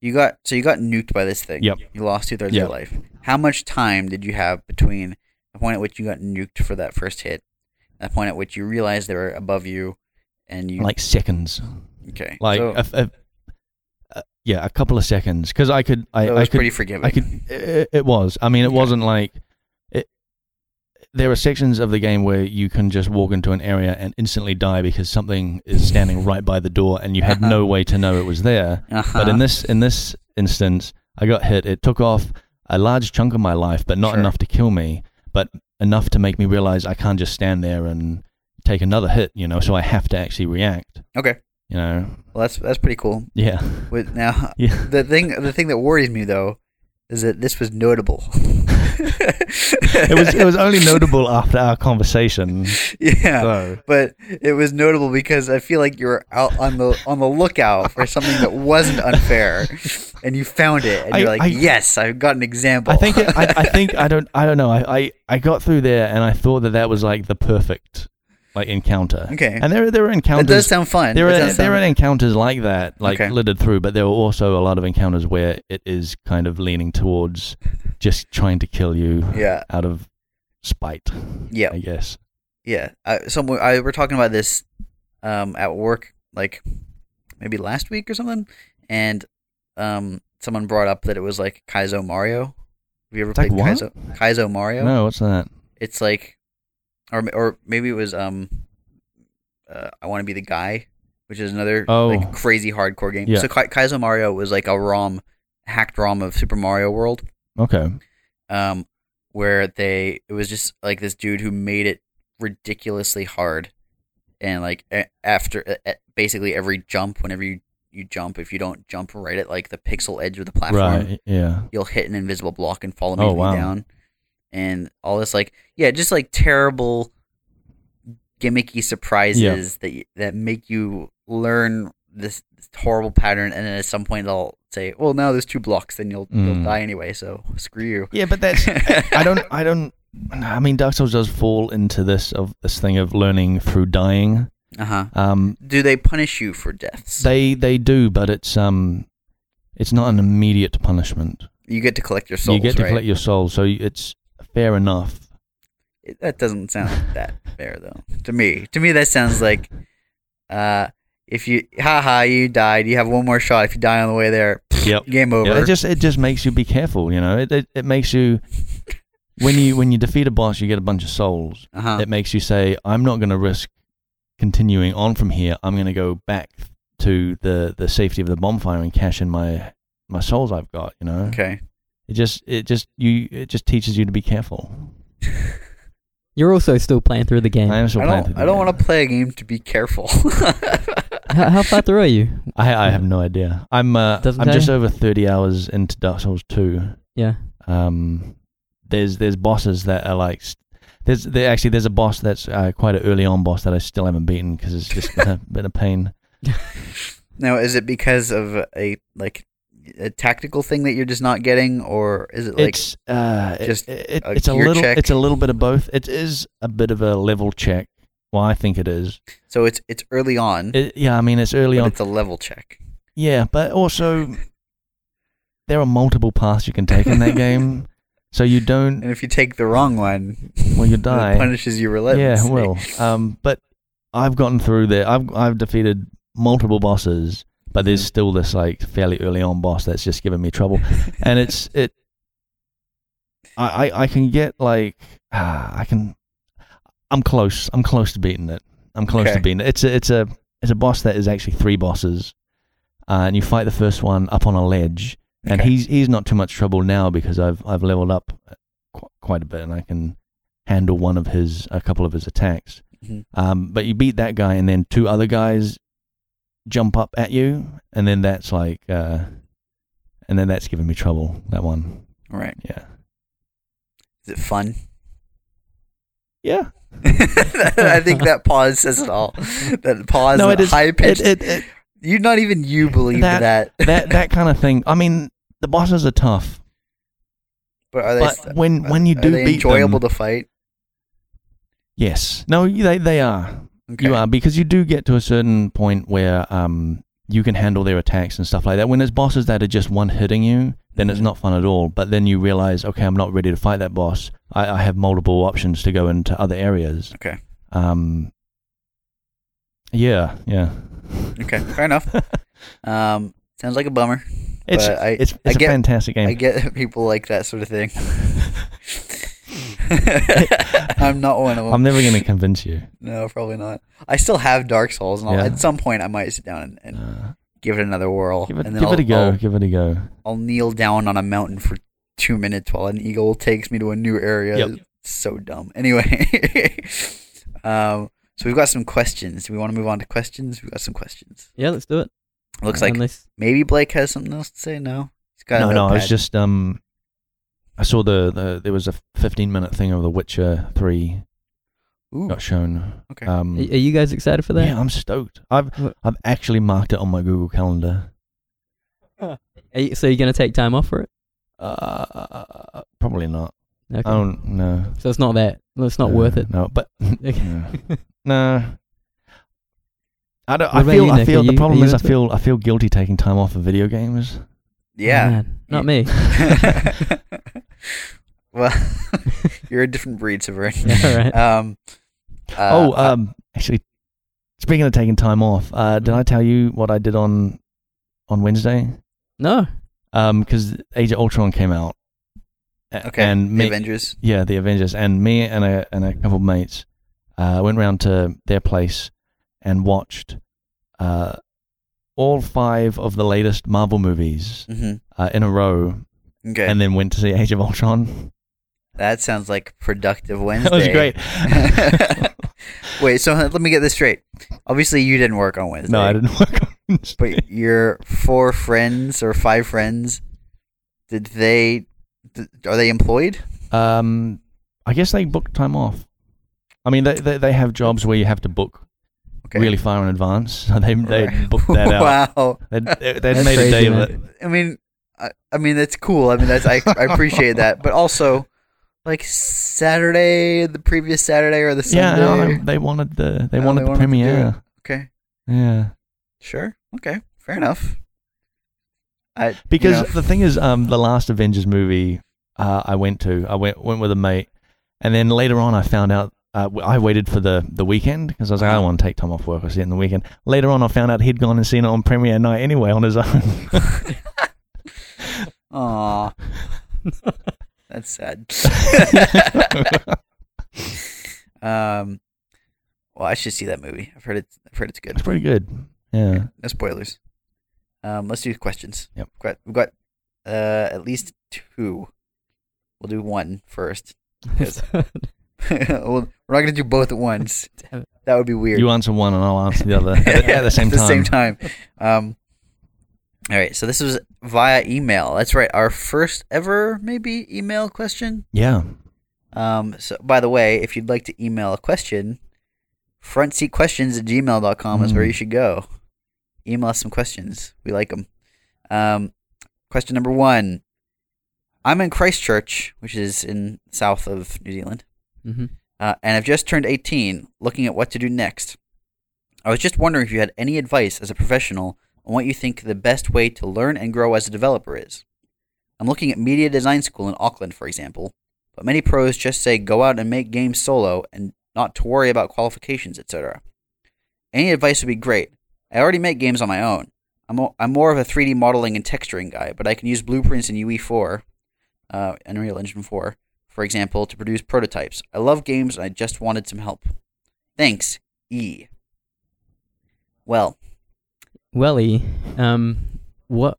Speaker 1: you got so you got nuked by this thing.
Speaker 3: Yep.
Speaker 1: You lost two thirds
Speaker 3: Yep.
Speaker 1: of your life. How much time did you have between the point at which you got nuked for that first hit, and the point at which you realized they were above you, and you
Speaker 3: like seconds.
Speaker 1: okay
Speaker 3: Like uh,
Speaker 1: so,
Speaker 3: a, a, a- yeah, a couple of seconds because I could I,
Speaker 1: so it
Speaker 3: I
Speaker 1: was
Speaker 3: could
Speaker 1: pretty forgiving.
Speaker 3: I could. It, it was. I mean, it
Speaker 1: Okay.
Speaker 3: wasn't like. It, there are sections of the game where you can just walk into an area and instantly die because something is standing right by the door and you had no way to know it was there.
Speaker 1: uh-huh.
Speaker 3: But in this in this instance, I got hit. It took off a large chunk of my life, but not
Speaker 1: Sure.
Speaker 3: enough to kill me, but enough to make me realize I can't just stand there and take another hit. You know, so I have to actually react.
Speaker 1: Okay.
Speaker 3: You know.
Speaker 1: well, that's that's pretty cool.
Speaker 3: Yeah.
Speaker 1: With now
Speaker 3: Yeah.
Speaker 1: the thing the thing that worries me though is that this was notable.
Speaker 3: It
Speaker 1: it
Speaker 3: was it was only notable after our conversation.
Speaker 1: yeah.
Speaker 3: So.
Speaker 1: but it was notable because I feel like you were out on the on the lookout for something that wasn't unfair, and you found it, and
Speaker 3: I-
Speaker 1: you're like,
Speaker 3: I-
Speaker 1: "Yes, I've got an example."
Speaker 3: I think it, I, I think I don't I don't know. I, I I got through there and I thought that that was like the perfect like encounter.
Speaker 1: okay,
Speaker 3: And there there were
Speaker 1: that does
Speaker 3: encounters.
Speaker 1: sound fun.
Speaker 3: There
Speaker 1: That
Speaker 3: are
Speaker 1: does
Speaker 3: there are
Speaker 1: sound-
Speaker 3: encounters like that, like
Speaker 1: Okay.
Speaker 3: littered through. But there were also a lot of encounters where it is kind of leaning towards just trying to kill you
Speaker 1: yeah,
Speaker 3: out of spite.
Speaker 1: Yeah.
Speaker 3: I guess.
Speaker 1: yeah. I, someone I we're talking about this um, at work, like maybe last week or something, and um, someone brought up that it was like Kaizo Mario. Have you ever
Speaker 3: It's like
Speaker 1: played
Speaker 3: what?
Speaker 1: Kaizo, Kaizo Mario?
Speaker 3: No, what's that?
Speaker 1: It's like, or or maybe it was um, uh, I want to be the guy, which is another
Speaker 3: Oh.
Speaker 1: like crazy hardcore game.
Speaker 3: Yeah.
Speaker 1: So Ka- Kaizo Mario was like a ROM, hacked ROM of Super Mario World,
Speaker 3: Okay.
Speaker 1: um, where they it was just like this dude who made it ridiculously hard, and like a- after a- a- basically every jump, whenever you you jump, if you don't jump right at like the pixel edge of the platform,
Speaker 3: Right. Yeah.
Speaker 1: you'll hit an invisible block and fall
Speaker 3: Oh,
Speaker 1: immediately
Speaker 3: wow.
Speaker 1: down. And all this like yeah, just like terrible gimmicky surprises that y- that make you learn this, this horrible pattern and then at some point they'll say, "Well, now there's two blocks, then you'll
Speaker 3: Mm.
Speaker 1: you'll die anyway, so screw you."
Speaker 3: Yeah, but that's I don't. I don't. I mean, Dark Souls does fall into this of this thing of learning through dying.
Speaker 1: Uh-huh.
Speaker 3: Um,
Speaker 1: Do they punish you for deaths?
Speaker 3: they they do, but it's um, it's not an immediate punishment.
Speaker 1: you get to collect your souls,
Speaker 3: you get to
Speaker 1: right?
Speaker 3: collect your soul, so it's fair enough.
Speaker 1: It- that doesn't sound that fair though. To me, to me that sounds like uh if you haha, you died, you have one more shot. If you die on the way there,
Speaker 3: Yep.
Speaker 1: game over.
Speaker 3: Yeah, it just it just makes you be careful. You know, it it, it makes you when you when you defeat a boss, you get a bunch of souls.
Speaker 1: uh-huh.
Speaker 3: It makes you say, I'm not going to risk continuing on from here. I'm going to go back to the the safety of the bonfire and cash in my my souls I've got. You know.
Speaker 1: Okay.
Speaker 3: It just it just you it just teaches you to be careful.
Speaker 2: You're also still playing through the game.
Speaker 3: I am still
Speaker 1: I
Speaker 3: playing.
Speaker 1: don't. I don't want to play a game to be careful.
Speaker 2: How, how far through are you?
Speaker 3: I I have no idea. I'm uh,
Speaker 2: Doesn't
Speaker 3: I'm
Speaker 2: tell
Speaker 3: just
Speaker 2: you?
Speaker 3: over thirty hours into Dark Souls two.
Speaker 2: Yeah.
Speaker 3: Um, there's there's bosses that are like s- there's there actually there's a boss that's uh, quite an early on boss that I still haven't beaten because it's just been a bit of pain.
Speaker 1: now, is it because of a like a tactical thing that you're just not getting, or is it like
Speaker 3: it's uh, it-
Speaker 1: just
Speaker 3: it,
Speaker 1: a
Speaker 3: it's a
Speaker 1: gear
Speaker 3: little
Speaker 1: check?
Speaker 3: it's a little bit of both. It is a bit of a level check. Well, I think it is.
Speaker 1: so? It's it's early on,
Speaker 3: It, yeah, I mean it's early
Speaker 1: but
Speaker 3: on.
Speaker 1: it's a level check.
Speaker 3: Yeah, but also there are multiple paths you can take in that game, so you don't.
Speaker 1: And if you take the wrong one,
Speaker 3: Well, you
Speaker 1: it
Speaker 3: die.
Speaker 1: punishes you relentlessly.
Speaker 3: Yeah, well, um, but I've gotten through there. I've I've defeated multiple bosses, but there's
Speaker 1: Mhm.
Speaker 3: still this like fairly early on boss that's just giving me trouble, and it's it. I I, I can get like ah, I can. I'm close. I'm close to beating it. I'm close
Speaker 1: Okay.
Speaker 3: to beating it. It's a it's a it's a boss that is actually three bosses, uh, and you fight the first one up on a ledge, and
Speaker 1: Okay.
Speaker 3: he's he's not too much trouble now because I've I've leveled up qu- quite a bit and I can handle one of his a couple of his attacks.
Speaker 1: Mhm.
Speaker 3: Um, but you beat that guy and then two other guys jump up at you and then that's like uh, and then that's giving me trouble. That one,
Speaker 1: all right.
Speaker 3: yeah,
Speaker 1: Is it fun?
Speaker 3: yeah.
Speaker 1: I think that pause says it all. That pause,
Speaker 3: No,
Speaker 1: no,
Speaker 3: it is-
Speaker 1: high pitch.
Speaker 3: It, it, it,
Speaker 1: you not even you believe
Speaker 3: That-
Speaker 1: that.
Speaker 3: that that kind of thing. I mean, the bosses are tough,
Speaker 1: but are they? uh,
Speaker 3: but when when you
Speaker 1: are
Speaker 3: do
Speaker 1: they
Speaker 3: beat
Speaker 1: enjoyable
Speaker 3: them,
Speaker 1: to fight?
Speaker 3: yes, no, they they are.
Speaker 1: Okay.
Speaker 3: You are because you do get to a certain point where um you can handle their attacks and stuff like that. When there's bosses that are just one hitting you, then
Speaker 1: Mm-hmm.
Speaker 3: it's not fun at all. But then you realize, okay, I'm not ready to fight that boss. I, I have multiple options to go into other areas.
Speaker 1: Okay.
Speaker 3: Um, Yeah, yeah.
Speaker 1: Okay, fair enough. Um, sounds like a bummer.
Speaker 3: It's
Speaker 1: But I-
Speaker 3: it's, it's
Speaker 1: I
Speaker 3: a
Speaker 1: get-
Speaker 3: fantastic game.
Speaker 1: I get that people like that sort of thing. I'm not one of them.
Speaker 3: I'm never going to convince you.
Speaker 1: No, probably not. I still have Dark Souls, and I'll,
Speaker 3: Yeah.
Speaker 1: at some point I might sit down and, and
Speaker 3: Uh,
Speaker 1: give it another whirl.
Speaker 3: give it,
Speaker 1: and
Speaker 3: give it
Speaker 1: I'll-
Speaker 3: a go.
Speaker 1: I'll-
Speaker 3: give it a go.
Speaker 1: I'll kneel down on a mountain for two minutes while an eagle takes me to a new area.
Speaker 3: Yep.
Speaker 1: It's so dumb. Anyway, um, so we've got some questions. Do we want to move on to questions? We've got some questions.
Speaker 2: Yeah, let's do it.
Speaker 1: Looks like
Speaker 2: Unless,
Speaker 1: maybe Blake has something else to say. No, he's got a
Speaker 3: No, no. I was
Speaker 1: notepad.
Speaker 3: just um, I saw the, the there was a 15 minute thing of The Witcher Three
Speaker 1: Ooh,
Speaker 3: got shown.
Speaker 1: okay.
Speaker 3: Um,
Speaker 2: are, are you guys excited for that?
Speaker 3: yeah, I'm stoked. I've
Speaker 2: What?
Speaker 3: I've actually marked it on my Google Calendar.
Speaker 2: Are you, so you're gonna take time off for it?
Speaker 3: Uh, probably not.
Speaker 2: Okay.
Speaker 3: I don't know.
Speaker 2: So it's not that. Well, It's not
Speaker 3: Uh,
Speaker 2: worth it.
Speaker 3: No, but
Speaker 2: Okay.
Speaker 3: no. I don't.
Speaker 2: What
Speaker 3: I
Speaker 2: about
Speaker 3: feel.
Speaker 2: you,
Speaker 3: I
Speaker 2: Nick?
Speaker 3: feel.
Speaker 2: Are
Speaker 3: The
Speaker 2: you-
Speaker 3: problem
Speaker 2: are
Speaker 3: is,
Speaker 2: you
Speaker 3: I
Speaker 2: into it?
Speaker 3: feel. I feel guilty taking time off of video games.
Speaker 1: yeah.
Speaker 2: Man, not me.
Speaker 1: well, you're a different breed, Severin.
Speaker 2: Yeah, all right.
Speaker 1: Um, uh,
Speaker 3: oh, um, actually, speaking of taking time off, uh,
Speaker 2: Mm-hmm.
Speaker 3: did I tell you what I did on on Wednesday?
Speaker 2: No.
Speaker 3: Um, because Age of Ultron came out. A-
Speaker 1: okay.
Speaker 3: And
Speaker 1: the
Speaker 3: me,
Speaker 1: Avengers.
Speaker 3: yeah, the Avengers, and me and a and a couple of mates, uh, went round to their place and watched, uh, all five of the latest Marvel movies
Speaker 1: Mm-hmm.
Speaker 3: uh, in a row,
Speaker 1: Okay.
Speaker 3: and then went to see Age of Ultron.
Speaker 1: that sounds like a productive Wednesday.
Speaker 3: that was great.
Speaker 1: Wait, so let me get this straight. Obviously, you didn't work on Wednesday.
Speaker 3: no, I didn't work on. Wednesday.
Speaker 1: But your four friends or five friends, did they? Th- are they employed?
Speaker 3: Um, I guess they book time off. I mean, they they, they have jobs where you have to book
Speaker 1: Okay.
Speaker 3: really far in advance. So they they
Speaker 1: Right.
Speaker 3: booked that out.
Speaker 1: wow.
Speaker 3: They they
Speaker 2: That's
Speaker 3: made a
Speaker 2: crazy,
Speaker 3: day of
Speaker 2: man.
Speaker 3: it.
Speaker 1: I mean, I, I mean that's cool. I mean that's I, I appreciate that, but also like Saturday, the previous Saturday or the
Speaker 3: Yeah,
Speaker 1: Sunday.
Speaker 3: no, they- they wanted the they
Speaker 1: No,
Speaker 3: wanted
Speaker 1: they wanted to
Speaker 3: the
Speaker 1: do
Speaker 3: premiere.
Speaker 1: okay,
Speaker 3: Yeah,
Speaker 1: sure, okay, fair enough. I you
Speaker 3: because
Speaker 1: know,
Speaker 3: the thing is, um, the last Avengers movie uh, I went to, I went went with a mate, and then later on I found out. Uh, w- I waited for the, the weekend because I was like, I don't want to take time off work. I'll see it in the weekend. Later on, I found out he'd gone and seen it on premiere night anyway on his own.
Speaker 1: aw, that's sad. um, well, I should see that movie. I've heard it. I've heard it's good.
Speaker 3: It's pretty good. Yeah.
Speaker 1: No spoilers. Um, let's do questions.
Speaker 3: Yep.
Speaker 1: We've got, we've got uh, at least two. We'll do one first. Yes. well, we're not gonna do both at once.
Speaker 2: Damn it.
Speaker 1: That would be weird.
Speaker 3: You answer one, and I'll answer the other at, the- at the same
Speaker 1: At the
Speaker 3: time.
Speaker 1: same time. Um, all right. So this was via email. That's right. Our first ever maybe email question.
Speaker 3: Yeah,
Speaker 1: Um, so by the way, if you'd like to email a question, frontseatquestions at gmail.com is where
Speaker 3: Mm.
Speaker 1: you should go. Email us some questions. We like them. Um, question number one. I'm in Christchurch, which is in south of New Zealand
Speaker 2: hmm
Speaker 1: uh, and I've just turned 18, looking at what to do next. I was just wondering if you had any advice as a professional on what you think the best way to learn and grow as a developer is. I'm looking at media design school in Auckland, for example, but many pros just say go out and make games solo and not to worry about qualifications, etc. Any advice would be great. I already make games on my own. I'm, o- I'm more of a 3D modeling and texturing guy, but I can use blueprints in UE4, uh, Unreal Engine 4, for example, to produce prototypes. I love games and I just wanted some help. Thanks, E. Well,
Speaker 2: Welly, um, what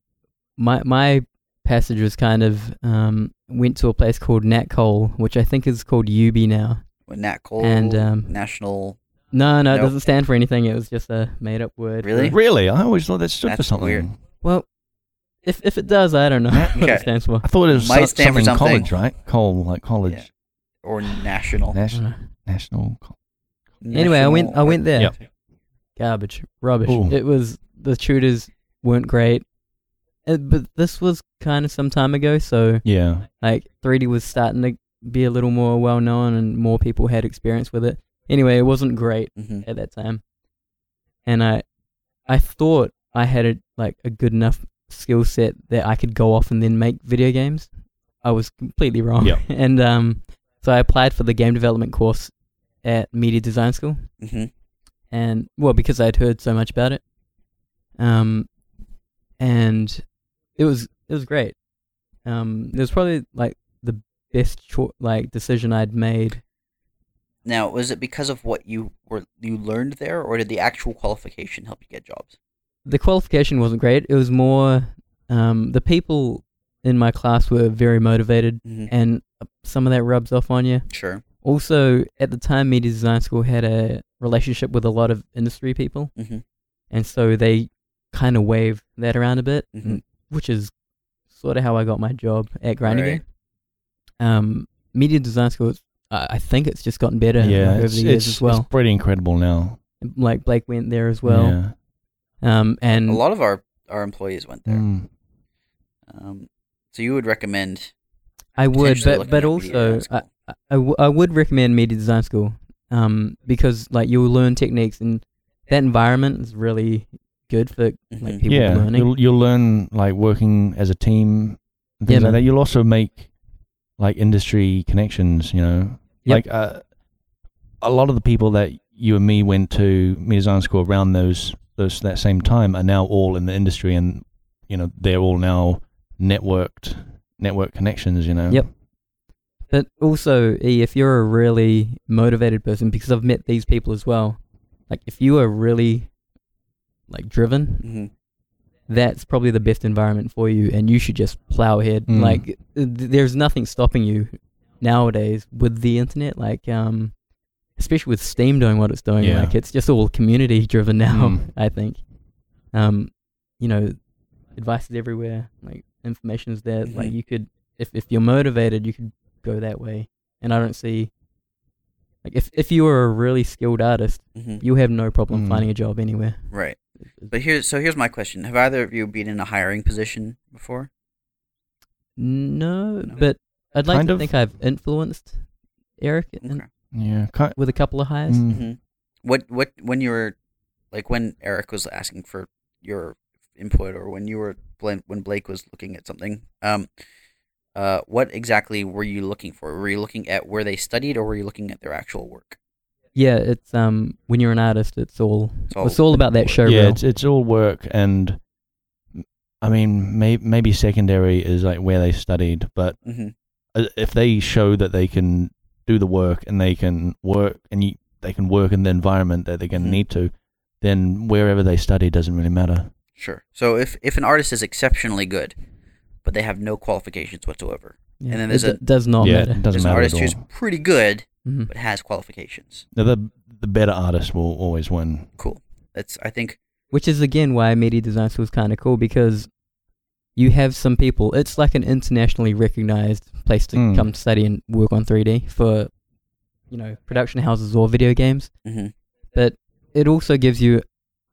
Speaker 2: my my passage was kind of um went to a place called Nat Cole, which I think is called UB now.
Speaker 1: with Nat Cole
Speaker 2: And, um,
Speaker 1: National.
Speaker 2: No, no, it
Speaker 1: Nope.
Speaker 2: doesn't stand for anything. It was just a made up word. for-
Speaker 1: Really?
Speaker 3: really. I always thought that stood for
Speaker 1: That's
Speaker 3: something.
Speaker 1: weird.
Speaker 2: Well, if if it does, I don't know
Speaker 3: Yeah.
Speaker 2: what
Speaker 1: Okay.
Speaker 2: it stands for.
Speaker 3: I thought it was
Speaker 1: Might
Speaker 3: so-
Speaker 1: stand for
Speaker 3: something,
Speaker 1: something.
Speaker 3: college, right? Cole, like college,
Speaker 1: Yeah. Or national.
Speaker 2: I don't
Speaker 3: national,
Speaker 2: know.
Speaker 3: national. co-
Speaker 2: Uh, Anyway, I went I
Speaker 1: National-
Speaker 2: went there.
Speaker 3: Yep.
Speaker 2: Garbage, rubbish.
Speaker 3: Ooh.
Speaker 2: It was the tutors weren't great, Uh, but this was kind of some time ago, so
Speaker 3: Yeah,
Speaker 2: like 3D was starting to be a little more well known and more people had experience with it. Anyway, it wasn't great
Speaker 1: Mhm.
Speaker 2: at that time, and I I thought I had a, like a good enough skill set that I could go off and then make video games. I was completely wrong,
Speaker 3: Yeah.
Speaker 2: and um, so I applied for the game development course at Media Design School
Speaker 1: Mhm.
Speaker 2: and well, because I'd heard so much about it, um, and it was it was great. Um, it was probably like the best cho- like decision I'd made.
Speaker 1: Now, was it because of what you were you learned there, or did the actual qualification help you get jobs?
Speaker 2: The qualification wasn't great. It was more um, the people in my class were very motivated,
Speaker 1: Mm-hmm.
Speaker 2: and some of that rubs off on you.
Speaker 1: Sure.
Speaker 2: Also, at the time, media design school had a relationship with a lot of industry people,
Speaker 1: Mhm.
Speaker 2: and so they kind of wave that around a bit,
Speaker 1: Mhm.
Speaker 2: and- which is sort of how I got my job at Grindigan.
Speaker 1: Right.
Speaker 2: Um, media design school, it's- I I think it's just gotten better
Speaker 3: yeah,
Speaker 2: over
Speaker 3: it's,
Speaker 2: the years
Speaker 3: it's,
Speaker 2: as well.
Speaker 3: it's pretty incredible now.
Speaker 2: Like Blake went there as well,
Speaker 3: yeah.
Speaker 2: um, and
Speaker 1: A lot of our our employees went there.
Speaker 3: Mm.
Speaker 1: Um, so you would recommend?
Speaker 2: I would,
Speaker 1: potentially
Speaker 2: but
Speaker 1: looking at
Speaker 2: but
Speaker 1: media
Speaker 2: also
Speaker 1: design
Speaker 2: uh, I,
Speaker 1: school.
Speaker 2: I- I, w- I would recommend media design school, um, because like you'll learn techniques and that environment is really good for like
Speaker 1: Mhm.
Speaker 2: people
Speaker 3: yeah,
Speaker 2: learning.
Speaker 3: You'll, you'll learn like working as a team, and things
Speaker 2: Yeah,
Speaker 3: like
Speaker 2: man.
Speaker 3: that. You'll also make like industry connections. You know,
Speaker 2: Yep.
Speaker 3: like uh, a lot of the people that you and me went to media design school around those those that same time are now all in the industry, and you know they're all now networked network connections. You know.
Speaker 2: Yep. But also, E, if you're a really motivated person, because I've met these people as well, like if you are really like driven,
Speaker 1: Mhm.
Speaker 2: that's probably the best environment for you, and you should just plow ahead.
Speaker 3: Mm.
Speaker 2: Like th- there's nothing stopping you nowadays with the internet, like um, especially with Steam doing what it's doing.
Speaker 3: Yeah.
Speaker 2: Like it's just all community driven now.
Speaker 3: Mm.
Speaker 2: I think, um, you know, advice is everywhere. Like information is there. Like
Speaker 1: Mhm.
Speaker 2: you could, if if you're motivated, you could go that way. And I don't see, like if if you were a really skilled artist,
Speaker 1: Mhm.
Speaker 2: you have no problem
Speaker 3: Mm.
Speaker 2: finding a job anywhere.
Speaker 1: Right. But here's so here's my question: Have either of you been in a hiring position before?
Speaker 2: No,
Speaker 1: No.
Speaker 2: but I'd like
Speaker 3: Kind
Speaker 2: to
Speaker 3: of.
Speaker 2: think I've influenced Eric in-
Speaker 1: Okay.
Speaker 3: Yeah. ki-
Speaker 2: with a couple of hires.
Speaker 3: mm.
Speaker 1: hmm What what when you were like when Eric was asking for your input or when you were Blan- when Blake was looking at something, um, uh, what exactly were you looking for? Were you looking at where they studied or were you looking at their actual work?
Speaker 2: Yeah, it's um when you're an artist, it's all
Speaker 1: It's
Speaker 2: it's all about that show
Speaker 3: yeah,
Speaker 2: reel.
Speaker 3: it's it's all work, and I mean, may, maybe secondary is like where they studied, but
Speaker 1: hmm
Speaker 3: i- if they show that they can do the work and they can work and you, they can work in the environment that they're going to
Speaker 2: Hmm.
Speaker 1: Mhm.
Speaker 3: need to, then wherever they study doesn't really matter.
Speaker 1: Sure. So if if an artist is exceptionally good, but they have no qualifications whatsoever,
Speaker 2: Yeah,
Speaker 1: and then
Speaker 2: it
Speaker 1: there's
Speaker 2: d- does not
Speaker 3: yeah,
Speaker 2: matter.
Speaker 3: it doesn't
Speaker 1: there's an
Speaker 3: matter at
Speaker 1: artist
Speaker 3: all.
Speaker 1: who's pretty good
Speaker 2: hmm
Speaker 1: but has qualifications.
Speaker 3: No, the the better artist will always win.
Speaker 1: Cool. That's I think
Speaker 2: Which is again why media design school is kind of cool because you have some people. It's like an internationally recognized place to
Speaker 3: Mm.
Speaker 2: come study and work on 3D for you know production houses or video games.
Speaker 1: mhm.
Speaker 2: But it also gives you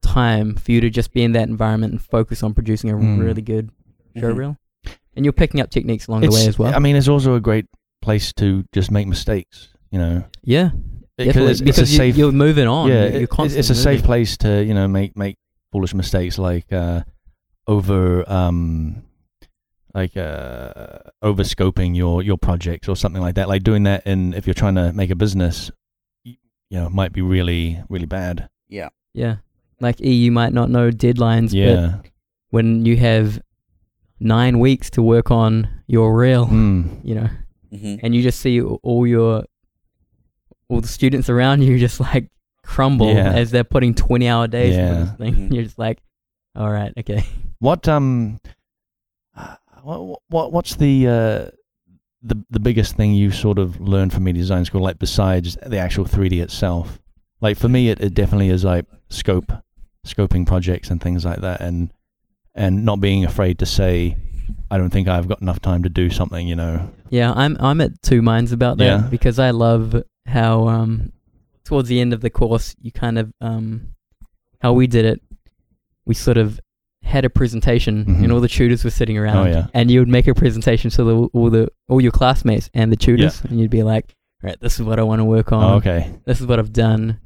Speaker 2: time for you to just be in that environment and focus on producing a
Speaker 3: Mm.
Speaker 2: really good show
Speaker 1: Mhm.
Speaker 2: reel. Mm-hmm. And you're picking up techniques along the way as well.
Speaker 3: I mean, it's um, also a great place to just make mistakes. You know,
Speaker 2: yeah,
Speaker 3: It-
Speaker 2: definitely.
Speaker 3: it's,
Speaker 2: because
Speaker 3: it's a
Speaker 2: you,
Speaker 3: safe
Speaker 2: you're moving on.
Speaker 3: Yeah,
Speaker 2: Yeah,
Speaker 3: it-
Speaker 2: you're
Speaker 3: it's,
Speaker 2: constantly
Speaker 3: it's a safe
Speaker 2: moving.
Speaker 3: place to you know make make foolish mistakes like uh, over um, like uh, over scoping your your projects or something like that. Like doing that, in if you're trying to make a business, y- you know, might be really really bad.
Speaker 1: yeah.
Speaker 2: Yeah, like E, you might not know deadlines, but
Speaker 3: Yeah,
Speaker 2: when you have nine weeks to work on your reel,
Speaker 3: Mm.
Speaker 2: you know,
Speaker 1: hmm
Speaker 2: and you just see a- all your all the students around you just like crumble
Speaker 3: Yeah.
Speaker 2: as they're putting twenty hour days into this
Speaker 3: Yeah. Mm-hmm.
Speaker 2: thing.
Speaker 1: Mhm.
Speaker 2: You're just like, all right, okay.
Speaker 3: what um, uh, what, what what's the uh, the the biggest thing you sort of learned from media design school? Like besides the actual 3D itself, like for me, it, it definitely is like scope, scoping projects and things like that, and and not being afraid to say, I don't think I've got enough time to do something. You know,
Speaker 2: Yeah, I'm I'm at two minds about that
Speaker 3: Yeah.
Speaker 2: because I love how um towards the end of the course you kind of um how we did it, we sort of had a presentation
Speaker 3: Mhm.
Speaker 2: and all the tutors were sitting around
Speaker 3: Oh, yeah.
Speaker 2: and you would make a presentation to the, all the all your classmates and the tutors and you'd be like, right, this is what I want to work on.
Speaker 3: oh, okay,
Speaker 2: This is what I've done.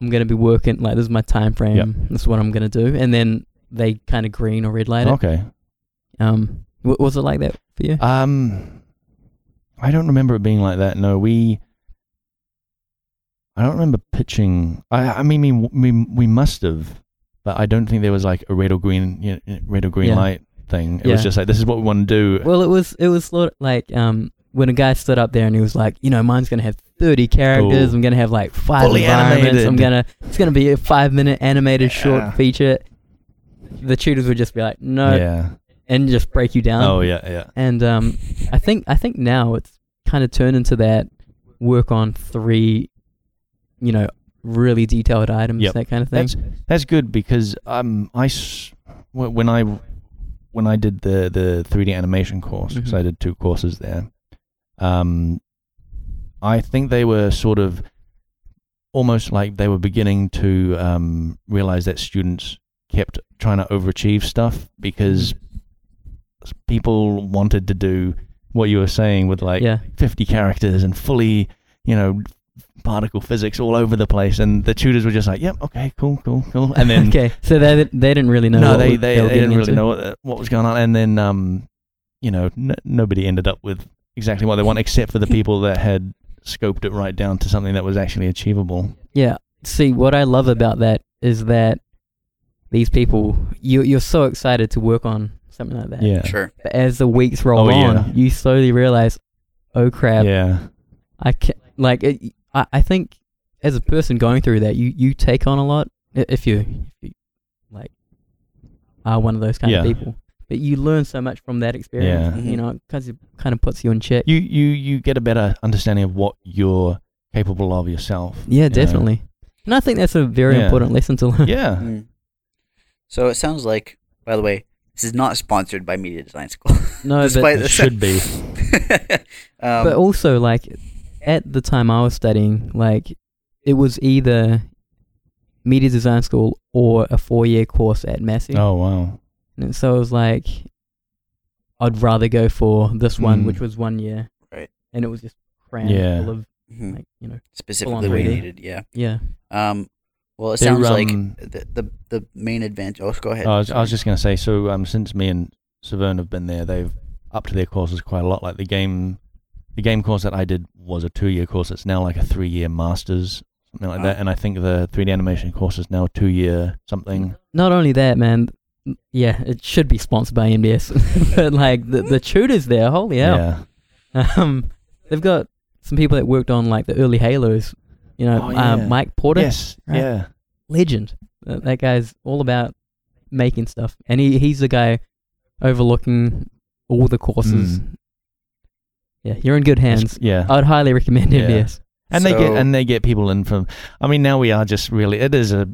Speaker 2: I'm gonna be working like this is my time frame.
Speaker 3: Yep.
Speaker 2: This is what I'm gonna do, and then they kind of green or red light it.
Speaker 3: okay.
Speaker 2: Um, w- was it like that for you?
Speaker 3: Um, I don't remember it being like that. No, we. I don't remember pitching. I, I mean, we, we, we must have, but I don't think there was like a red or green, you know, red or green
Speaker 2: Yeah.
Speaker 3: light thing. It
Speaker 2: Yeah.
Speaker 3: was just like this is what we want to do.
Speaker 2: Well, it was it was sort of like um when a guy stood up there and he was like, you know, mine's gonna have thirty characters.
Speaker 3: Cool.
Speaker 2: I'm gonna have like five
Speaker 3: Fully
Speaker 2: environments. I'm
Speaker 3: animated."
Speaker 2: gonna it's gonna be a five minute animated
Speaker 3: Yeah.
Speaker 2: short feature. The uh, tutors would just be like, no,
Speaker 3: yeah.
Speaker 2: and just break you down.
Speaker 3: oh yeah, yeah.
Speaker 2: And um, I think I think now it's kind of turned into that work on three, you know, really detailed items,
Speaker 3: Yep.
Speaker 2: that kind of thing.
Speaker 3: That's that's good because um I s- wh- when I when I did the the 3D animation course because
Speaker 2: Mhm.
Speaker 3: I did two courses there. Um, I think they were sort of almost like they were beginning to um, realize that students kept trying to overachieve stuff
Speaker 2: Mm-hmm.
Speaker 3: because people wanted to do what you were saying with like
Speaker 2: yeah,
Speaker 3: 50 characters and fully, you know, particle physics all over the place. And the tutors were just like, yep, okay, cool, cool, cool. And then,
Speaker 2: okay, so they they didn't really know.
Speaker 3: no,
Speaker 2: what
Speaker 3: they,
Speaker 2: we-
Speaker 3: they,
Speaker 2: were
Speaker 3: they didn't
Speaker 2: getting
Speaker 3: really
Speaker 2: into.
Speaker 3: know what, what was going on. And then, um, you know, n- nobody ended up with exactly what they want, except for the people that had scoped it right down to something that was actually achievable.
Speaker 2: Yeah. See, what I love about that is that these people, you you're so excited to work on something like that.
Speaker 3: Yeah.
Speaker 1: Sure.
Speaker 2: But as the weeks roll
Speaker 3: Oh, yeah.
Speaker 2: on, you slowly realize, oh crap,
Speaker 3: Yeah.
Speaker 2: I can like it, I I think as a person going through that, you you take on a lot i- if you, if you like are one of those kind of
Speaker 3: Yeah.
Speaker 2: people. But you learn so much from that experience.
Speaker 1: Yeah.
Speaker 2: You know, because it kind of puts you in check.
Speaker 3: You, you, you get a better understanding of what you're capable of yourself.
Speaker 2: yeah,
Speaker 3: you know?
Speaker 2: definitely. And I think that's a very
Speaker 3: Yeah.
Speaker 2: important lesson to learn.
Speaker 3: Yeah.
Speaker 1: Mm. So it sounds like, by the way, this is not sponsored by Media Design School.
Speaker 2: No, but
Speaker 1: Despite
Speaker 3: It
Speaker 1: the
Speaker 3: should be.
Speaker 1: um,
Speaker 2: but also like at the time I was studying, like it was either media design school or a four year course at Massey.
Speaker 3: Oh, wow.
Speaker 2: And so I was like I'd rather go for this one,
Speaker 3: Mm.
Speaker 2: which was one year.
Speaker 1: Right.
Speaker 2: And it was just crammed
Speaker 3: Yeah.
Speaker 2: full of
Speaker 1: mhm,
Speaker 2: like, you know
Speaker 1: specifically what you
Speaker 3: really.
Speaker 1: needed, yeah.
Speaker 2: yeah.
Speaker 1: Um, well, it
Speaker 3: They're,
Speaker 1: sounds like
Speaker 3: um,
Speaker 1: the, the the main advantage. Oh, go ahead.
Speaker 3: I was, I was just going to say, so um, since me and Severn have been there, they've upped their courses quite a lot. Like the game, the game course that I did was a two-year course. It's now like a three-year masters, something like that.
Speaker 1: Wow.
Speaker 3: And I think the 3D animation course is now two-year something.
Speaker 2: Not only that, man yeah, it should be sponsored by MDS. but like the the tutors there, holy hell. Um, they've got some people that worked on like the early Halos. You know,
Speaker 3: Oh,
Speaker 2: uh,
Speaker 3: yeah.
Speaker 2: Mike Porter,
Speaker 3: Yes.
Speaker 2: Right.
Speaker 3: Yeah.
Speaker 2: legend. That, that guy's all about making stuff, and he he's the guy overlooking all the courses. Yeah, you're in good hands. Uh,
Speaker 3: Yeah.
Speaker 2: I'd highly recommend
Speaker 3: Yeah.
Speaker 2: MBS.
Speaker 3: And they get
Speaker 1: So-
Speaker 3: and they get people in from. I mean, now we are just really. It is a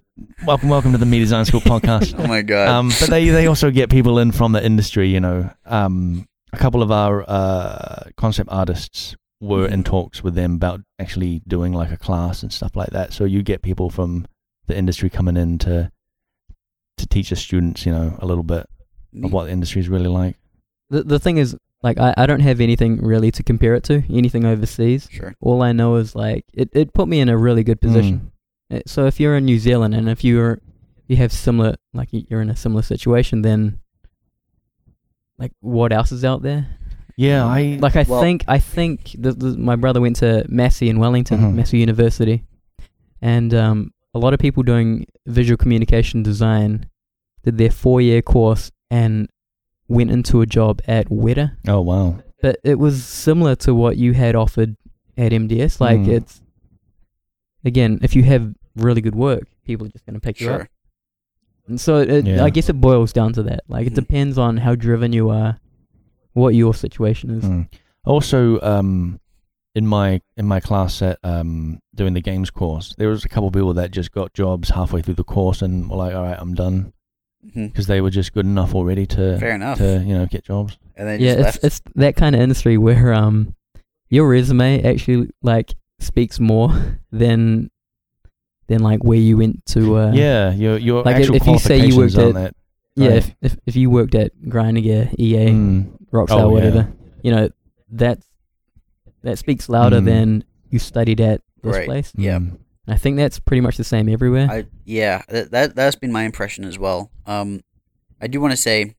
Speaker 3: welcome, welcome to the Me Design School podcast.
Speaker 1: oh my god.
Speaker 3: um, but they, they also get people in from the industry. You know, um, a couple of our uh, concept artists were in talks with them about actually doing like a class and stuff like that. So you get people from the industry coming in to to teach the students, you know, a little bit of what the industry is really like.
Speaker 2: The the thing is, like, I, I don't have anything really to compare it to anything overseas.
Speaker 1: Sure.
Speaker 2: All I know is like it, it put me in a really good position.
Speaker 3: Mm.
Speaker 2: Uh, So if you're in New Zealand and if you're you have similar like y- you're in a similar situation, then like what else is out there?
Speaker 3: Yeah, I
Speaker 2: Like I
Speaker 1: Well-
Speaker 2: think I think th th my brother went to Massey in Wellington,
Speaker 3: Mhm.
Speaker 2: Massey University, and um, a lot of people doing visual communication design did their four year course and went into a job at Weta
Speaker 3: oh wow,
Speaker 2: but it was similar to what you had offered at MDS. Like
Speaker 3: Mm.
Speaker 2: it's again, if you have really good work, people are just going to pick you up.
Speaker 1: Sure.
Speaker 2: And so it,
Speaker 3: Yeah.
Speaker 2: I guess it boils down to that. Like it
Speaker 1: Mhm.
Speaker 2: depends on how driven you are, what your situation is.
Speaker 3: Mm. Also, um, in my in my class at um, doing the games course, there was a couple of people that just got jobs halfway through the course and were like, "All right, I'm done."
Speaker 1: Mhm.
Speaker 3: because they were just good enough already to
Speaker 1: Fair enough.
Speaker 3: to you know get jobs.
Speaker 1: and then
Speaker 2: Yeah,
Speaker 1: just left.
Speaker 2: it's it's that kind of industry where um your resume actually like speaks more than than like where you went to uh
Speaker 3: yeah, your your
Speaker 2: like,
Speaker 3: actual
Speaker 2: if you say
Speaker 3: qualifications
Speaker 2: you worked
Speaker 3: aren't that.
Speaker 2: yeah,
Speaker 3: right.
Speaker 2: if, if if you worked at Grindr Gear, EA
Speaker 3: Mm.
Speaker 2: Rockstar
Speaker 3: Oh, yeah.
Speaker 2: whatever you know that's that speaks louder
Speaker 3: Mm.
Speaker 2: than you studied at this
Speaker 1: Right.
Speaker 2: place.
Speaker 1: Yeah.
Speaker 3: Mm.
Speaker 2: I think that's pretty much the same everywhere.
Speaker 1: I yeah, that, that that's been my impression as well. Um, I do want to say,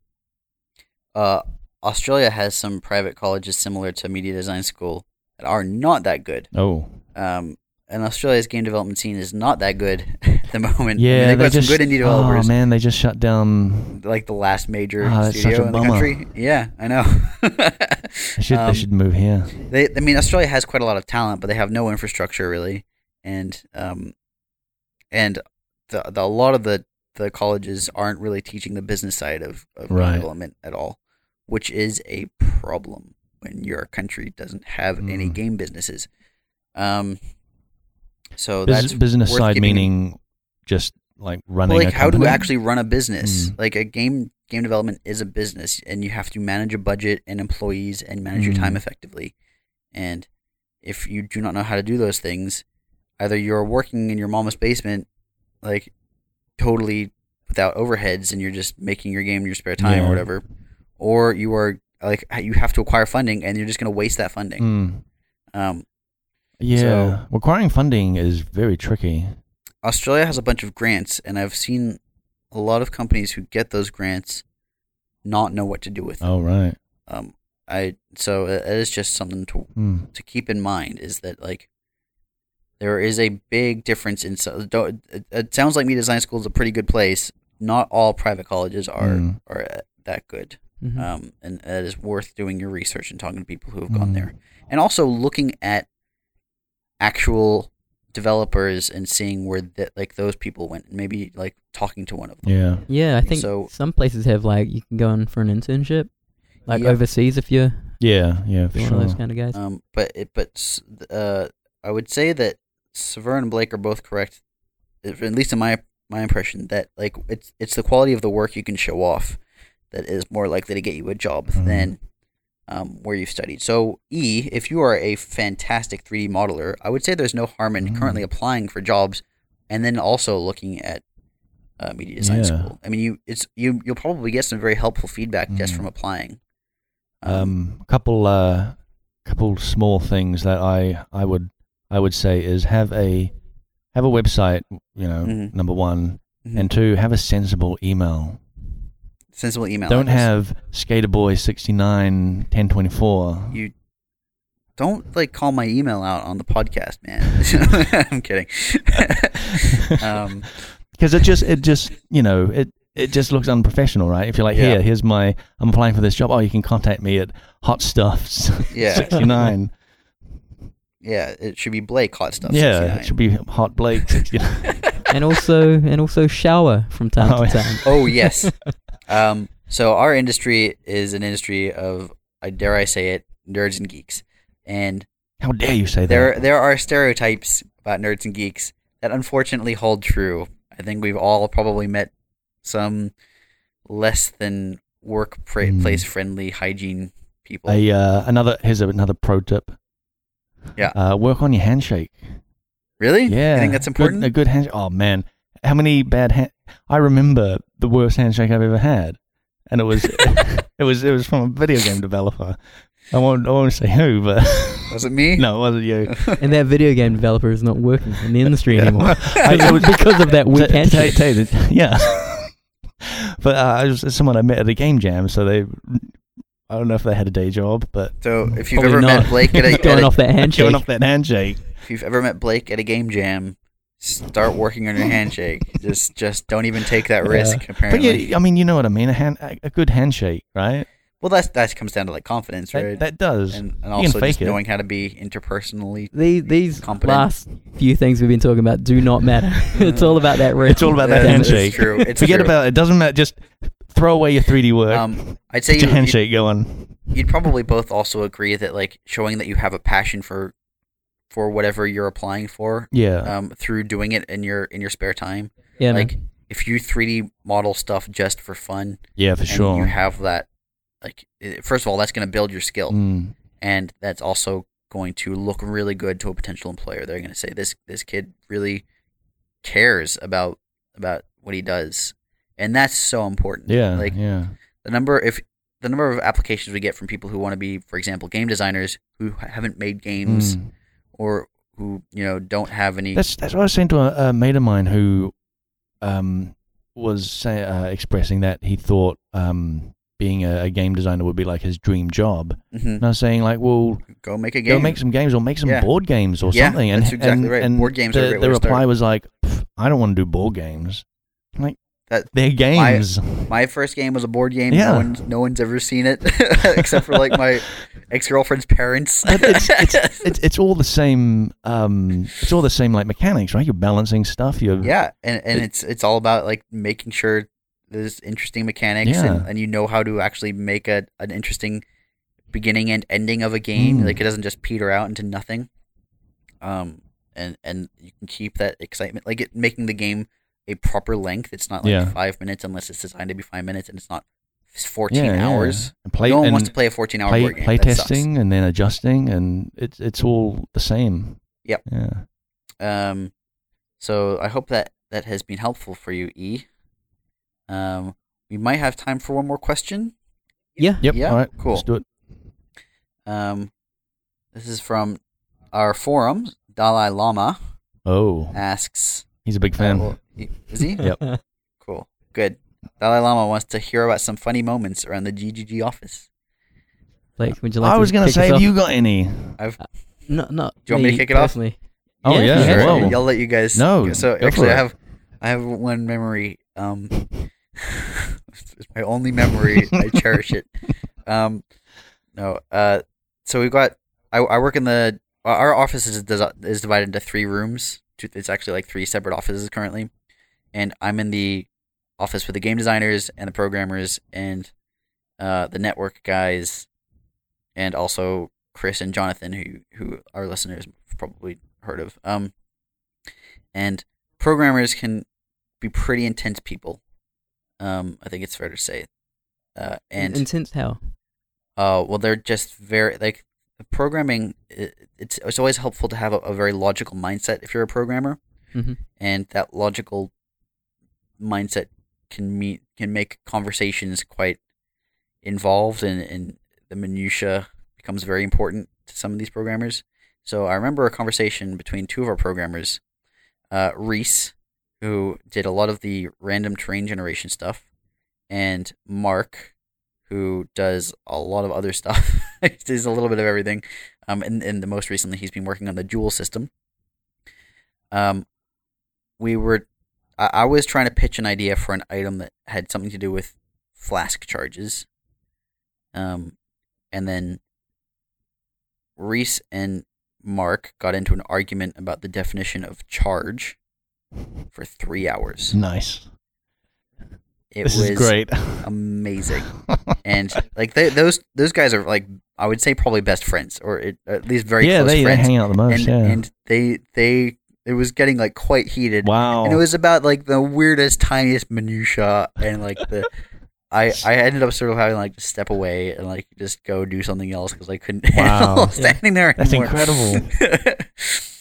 Speaker 1: uh, Australia has some private colleges similar to Media Design School that are not that good.
Speaker 3: Oh,
Speaker 1: Um, and Australia's game development scene is not that good at the moment. I mean,
Speaker 3: Yeah,
Speaker 1: they've
Speaker 3: they
Speaker 1: got
Speaker 3: just
Speaker 1: some good indie developers,
Speaker 3: Oh man, they just shut down.
Speaker 1: like the last major
Speaker 3: Ah, that's
Speaker 1: studio
Speaker 3: such a
Speaker 1: in the
Speaker 3: bummer.
Speaker 1: country. Yeah, I know.
Speaker 3: They should
Speaker 1: Um,
Speaker 3: they should move here.
Speaker 1: they, I mean, Australia has quite a lot of talent, but they have no infrastructure really, and um, and the, the a lot of the the colleges aren't really teaching the business side of, of game
Speaker 3: Right.
Speaker 1: development at all, which is a problem when your country doesn't have any
Speaker 3: Mm.
Speaker 1: game businesses. Um, so
Speaker 3: Bus-
Speaker 1: that's
Speaker 3: business
Speaker 1: worth
Speaker 3: side
Speaker 1: giving-
Speaker 3: meaning just like running.
Speaker 1: well, like
Speaker 3: a
Speaker 1: how do you
Speaker 3: company?
Speaker 1: actually run a business?
Speaker 3: Mm.
Speaker 1: Like a game game development is a business, and you have to manage a budget and employees and manage your
Speaker 3: Mm.
Speaker 1: time effectively. And if you do not know how to do those things, either you're working in your mama's basement, like totally without overheads, and you're just making your game in your spare time
Speaker 3: Yeah.
Speaker 1: or whatever, or you are like you have to acquire funding, and you're just going to waste that funding.
Speaker 3: Mm.
Speaker 1: Um,
Speaker 3: Yeah,
Speaker 1: So-
Speaker 3: requiring funding is very tricky.
Speaker 1: Australia has a bunch of grants, and I've seen a lot of companies who get those grants not know what to do with them.
Speaker 3: Oh right.
Speaker 1: Um, I so uh, it it is just something to
Speaker 3: Mm.
Speaker 1: to keep in mind is that like there is a big difference in. So, don't, it, it sounds like media design school is a pretty good place. Not all private colleges are
Speaker 3: Mm.
Speaker 1: are uh, that good,
Speaker 2: Mhm.
Speaker 1: um, and it is worth doing your research and talking to people who have gone
Speaker 3: Mm.
Speaker 1: there, and also looking at actual developers and seeing where that like those people went. Maybe like talking to one of them.
Speaker 3: Yeah.
Speaker 2: yeah, I think
Speaker 1: so-
Speaker 2: some places have like you can go in for an internship, like
Speaker 1: Yeah.
Speaker 2: overseas if you're,
Speaker 3: Yeah. Yeah.
Speaker 2: if
Speaker 3: For
Speaker 2: you're
Speaker 3: sure.
Speaker 2: one of those kind of guys.
Speaker 1: Um, but it, but s- uh, I would say that Sever and Blake are both correct, at at least in my my impression that like it's it's the quality of the work you can show off that is more likely to get you a job
Speaker 3: Mhm.
Speaker 1: than um, where you've studied. So E, if you are a fantastic 3D modeler, I would say there's no harm in
Speaker 3: Mm.
Speaker 1: currently applying for jobs and then also looking at uh, media design
Speaker 3: Yeah.
Speaker 1: school. I mean, you it's you you'll probably get some very helpful feedback just
Speaker 3: Mm.
Speaker 1: from applying.
Speaker 3: um, a couple uh, couple small things that I I would I would say is have a have a website, you know,
Speaker 1: Mhm.
Speaker 3: number one,
Speaker 1: Mhm.
Speaker 3: and two, have a sensible email.
Speaker 1: sensible email.
Speaker 3: Don't
Speaker 1: address.
Speaker 3: have skaterboy 69 1024.
Speaker 1: You- don't like call my email out on the podcast, man. I'm kidding. um,
Speaker 3: because it just it just you know it it just looks unprofessional, right? If you're like,
Speaker 1: Yeah.
Speaker 3: here, here's my I'm applying for this job. Oh, you can contact me at Hot Stuffs
Speaker 1: yeah,
Speaker 3: 69.
Speaker 1: yeah. It should be Blake hot stuff.
Speaker 3: yeah, it should be Hot Blake 69.
Speaker 2: and also and also shower from time to
Speaker 3: Oh, yeah.
Speaker 2: time.
Speaker 1: oh yes. Um, so our industry is an industry of, I dare I say it, nerds and geeks, and
Speaker 3: How dare you say
Speaker 1: there
Speaker 3: that?
Speaker 1: there are stereotypes about nerds and geeks that unfortunately hold true. I think we've all probably met some less than workplace
Speaker 3: Mm.
Speaker 1: friendly hygiene people.
Speaker 3: A uh, another here's another pro tip.
Speaker 1: Yeah.
Speaker 3: Uh, work on your handshake.
Speaker 1: really?
Speaker 3: Yeah.
Speaker 1: You think that's
Speaker 3: Good-
Speaker 1: important?
Speaker 3: a good handshake. Oh man, how many bad? Ha- I remember the worst handshake I've ever had, and it was it was it was from a video game developer. I won't I won't say who, but
Speaker 1: Was it me?
Speaker 3: no, it wasn't you.
Speaker 2: And that video game developer is not working in the industry anymore
Speaker 3: I, it was,
Speaker 2: because of that weak
Speaker 3: T- t-
Speaker 2: handshake.
Speaker 3: t- t- yeah. but uh, it was someone I met at a game jam, so they. I don't know if they had a day job, but
Speaker 1: So if you've
Speaker 2: Probably
Speaker 1: ever
Speaker 2: not.
Speaker 1: met Blake at a, at
Speaker 2: Going
Speaker 1: a-
Speaker 2: off that handshake.
Speaker 3: going off that handshake.
Speaker 1: if you've ever met Blake at a game jam, start working on your handshake. just just don't even take that
Speaker 3: Yeah.
Speaker 1: risk.
Speaker 3: But
Speaker 1: Apparently,
Speaker 3: yeah, I mean, you know what I mean. A hand, a a good handshake, right?
Speaker 1: well that's that comes down to like confidence,
Speaker 3: That,
Speaker 1: right?
Speaker 3: that does.
Speaker 1: and and
Speaker 3: you can
Speaker 1: also just
Speaker 3: fake it.
Speaker 1: knowing how to be interpersonally.
Speaker 2: these these
Speaker 1: Competent.
Speaker 2: last few things we've been talking about do not matter. it's all about that.
Speaker 3: Mm. It's all about that
Speaker 1: Yeah,
Speaker 2: Damn it.
Speaker 1: it's
Speaker 3: handshake.
Speaker 1: true. It's
Speaker 3: Forget
Speaker 1: true.
Speaker 3: about it. It doesn't matter. Just throw away your 3D work.
Speaker 1: Um, I'd say you,
Speaker 3: Get your
Speaker 1: you'd,
Speaker 3: handshake going.
Speaker 1: you'd probably both also agree that like showing that you have a passion for for whatever you're applying for,
Speaker 3: Yeah.
Speaker 1: um, through doing it in your in your spare time.
Speaker 2: Yeah, man.
Speaker 1: like if you 3D model stuff just for fun,
Speaker 3: yeah, for
Speaker 1: and you
Speaker 3: sure.
Speaker 1: have that like it- first of all that's going to build your skill
Speaker 3: Mm.
Speaker 1: and that's also going to look really good to a potential employer they're going to say this this kid really cares about about what he does and that's so important
Speaker 3: Yeah.
Speaker 1: like
Speaker 3: yeah.
Speaker 1: the number if the number of applications we get from people who want to be for example game designers who haven't made games
Speaker 3: Mm.
Speaker 1: or who you know don't have any
Speaker 3: That's that's what I was saying to a, a mate of mine who um, was say, uh, expressing that he thought um, being a, a game designer would be like his dream job.
Speaker 1: hmm
Speaker 3: And I was saying like, well,
Speaker 1: Go make a game.
Speaker 3: go make some games or make some
Speaker 1: Yeah.
Speaker 3: board games or
Speaker 1: Yeah,
Speaker 3: something. And,
Speaker 1: that's exactly
Speaker 3: and,
Speaker 1: right.
Speaker 3: and
Speaker 1: Board games are a
Speaker 3: the,
Speaker 1: great way
Speaker 3: the
Speaker 1: to start.
Speaker 3: reply was like, "Pff, I don't want to do board games. I'm like
Speaker 1: That-
Speaker 3: they're games.
Speaker 1: My first game was a board game.
Speaker 3: Yeah.
Speaker 1: No, one's, no one's ever seen it except for like my ex girlfriend's parents.
Speaker 3: But it's, it's, it's it's all the same. Um, it's all the same like mechanics, right? You're balancing stuff. You're
Speaker 1: yeah, and, and
Speaker 3: it-
Speaker 1: it's it's all about like making sure there's interesting mechanics
Speaker 3: Yeah.
Speaker 1: and, and you know how to actually make a an interesting beginning and ending of a game.
Speaker 3: Mm.
Speaker 1: Like it doesn't just peter out into nothing. Um, and and you can keep that excitement, like it making the game a proper length. It's not like
Speaker 3: Yeah.
Speaker 1: five minutes unless it's designed to be five minutes, and it's not
Speaker 3: yeah,
Speaker 1: fourteen
Speaker 3: yeah.
Speaker 1: hours.
Speaker 3: And play
Speaker 1: no one
Speaker 3: and
Speaker 1: wants to play a fourteen hour
Speaker 3: play,
Speaker 1: board game.
Speaker 3: play
Speaker 1: That sucks.
Speaker 3: testing and then adjusting, and it's it's all the same.
Speaker 1: Yep.
Speaker 3: Yeah.
Speaker 1: Um, so I hope that that has been helpful for you, E. Um, we might have time for one more question.
Speaker 2: Yeah.
Speaker 3: Yep.
Speaker 1: Yeah,
Speaker 3: All right.
Speaker 1: cool.
Speaker 3: Let's do it.
Speaker 1: Um, this is from our forum. Dalai Lama
Speaker 3: Oh,
Speaker 1: asks,
Speaker 3: he's a big fan.
Speaker 1: uh, well, he- "Is he
Speaker 3: Yep.
Speaker 1: cool? Good." Dalai Lama wants to hear about some funny moments around the GGG office.
Speaker 2: Blake, would you like
Speaker 3: I
Speaker 2: to
Speaker 3: was gonna
Speaker 2: kick us
Speaker 3: say, have
Speaker 2: off?
Speaker 3: you got any?
Speaker 2: No, no.
Speaker 1: Do you want me to kick it off?
Speaker 2: personally.
Speaker 3: Oh, yeah,
Speaker 1: Sure,
Speaker 3: whoa.
Speaker 1: I'll let you guys.
Speaker 3: No,
Speaker 1: So
Speaker 3: go for
Speaker 1: actually, I
Speaker 3: it.
Speaker 1: have, I have one memory. Um, it's my only memory. I cherish it. Um, no. Uh, so we've got. I, I work in the. our- Our office is desi- is divided into three rooms. Two- It's actually like three separate offices currently, and I'm in the office with the game designers and the programmers and uh, the network guys, and also Chris and Jonathan, who who our listeners have probably heard of. Um, and programmers can be pretty intense people. Um, I think it's fair to say, uh, and
Speaker 2: intense how?
Speaker 1: uh, well, they're just very like the programming. i it's it's always helpful to have a, a very logical mindset if you're a programmer,
Speaker 2: Mhm.
Speaker 1: and that logical mindset can meet can make conversations quite involved, and and the minutia becomes very important to some of these programmers. So I remember a conversation between two of our programmers, uh, Reese, who did a lot of the random terrain generation stuff, and Mark, who does a lot of other stuff. he does a little bit of everything. Um, and, and the most recently, he's been working on the Jewel system. Um, we were, I, I was trying to pitch an idea for an item that had something to do with flask charges. Um, and then Reese and Mark got into an argument about the definition of charge for three hours.
Speaker 3: Nice.
Speaker 1: It
Speaker 3: this
Speaker 1: was
Speaker 3: is great.
Speaker 1: amazing. and like they, those those guys are like I would say probably best friends or it, at least very
Speaker 3: yeah,
Speaker 1: close
Speaker 3: they, they
Speaker 1: friends.
Speaker 3: hang out the most.
Speaker 1: and
Speaker 3: yeah.
Speaker 1: and they they it was getting like quite heated.
Speaker 3: wow.
Speaker 1: And it was about like the weirdest, tiniest minutia, and like the I I ended up sort of having like to step away and like just go do something else because I couldn't handle
Speaker 3: Wow.
Speaker 1: standing there
Speaker 3: That's
Speaker 1: anymore.
Speaker 3: incredible. Oh.
Speaker 2: Was,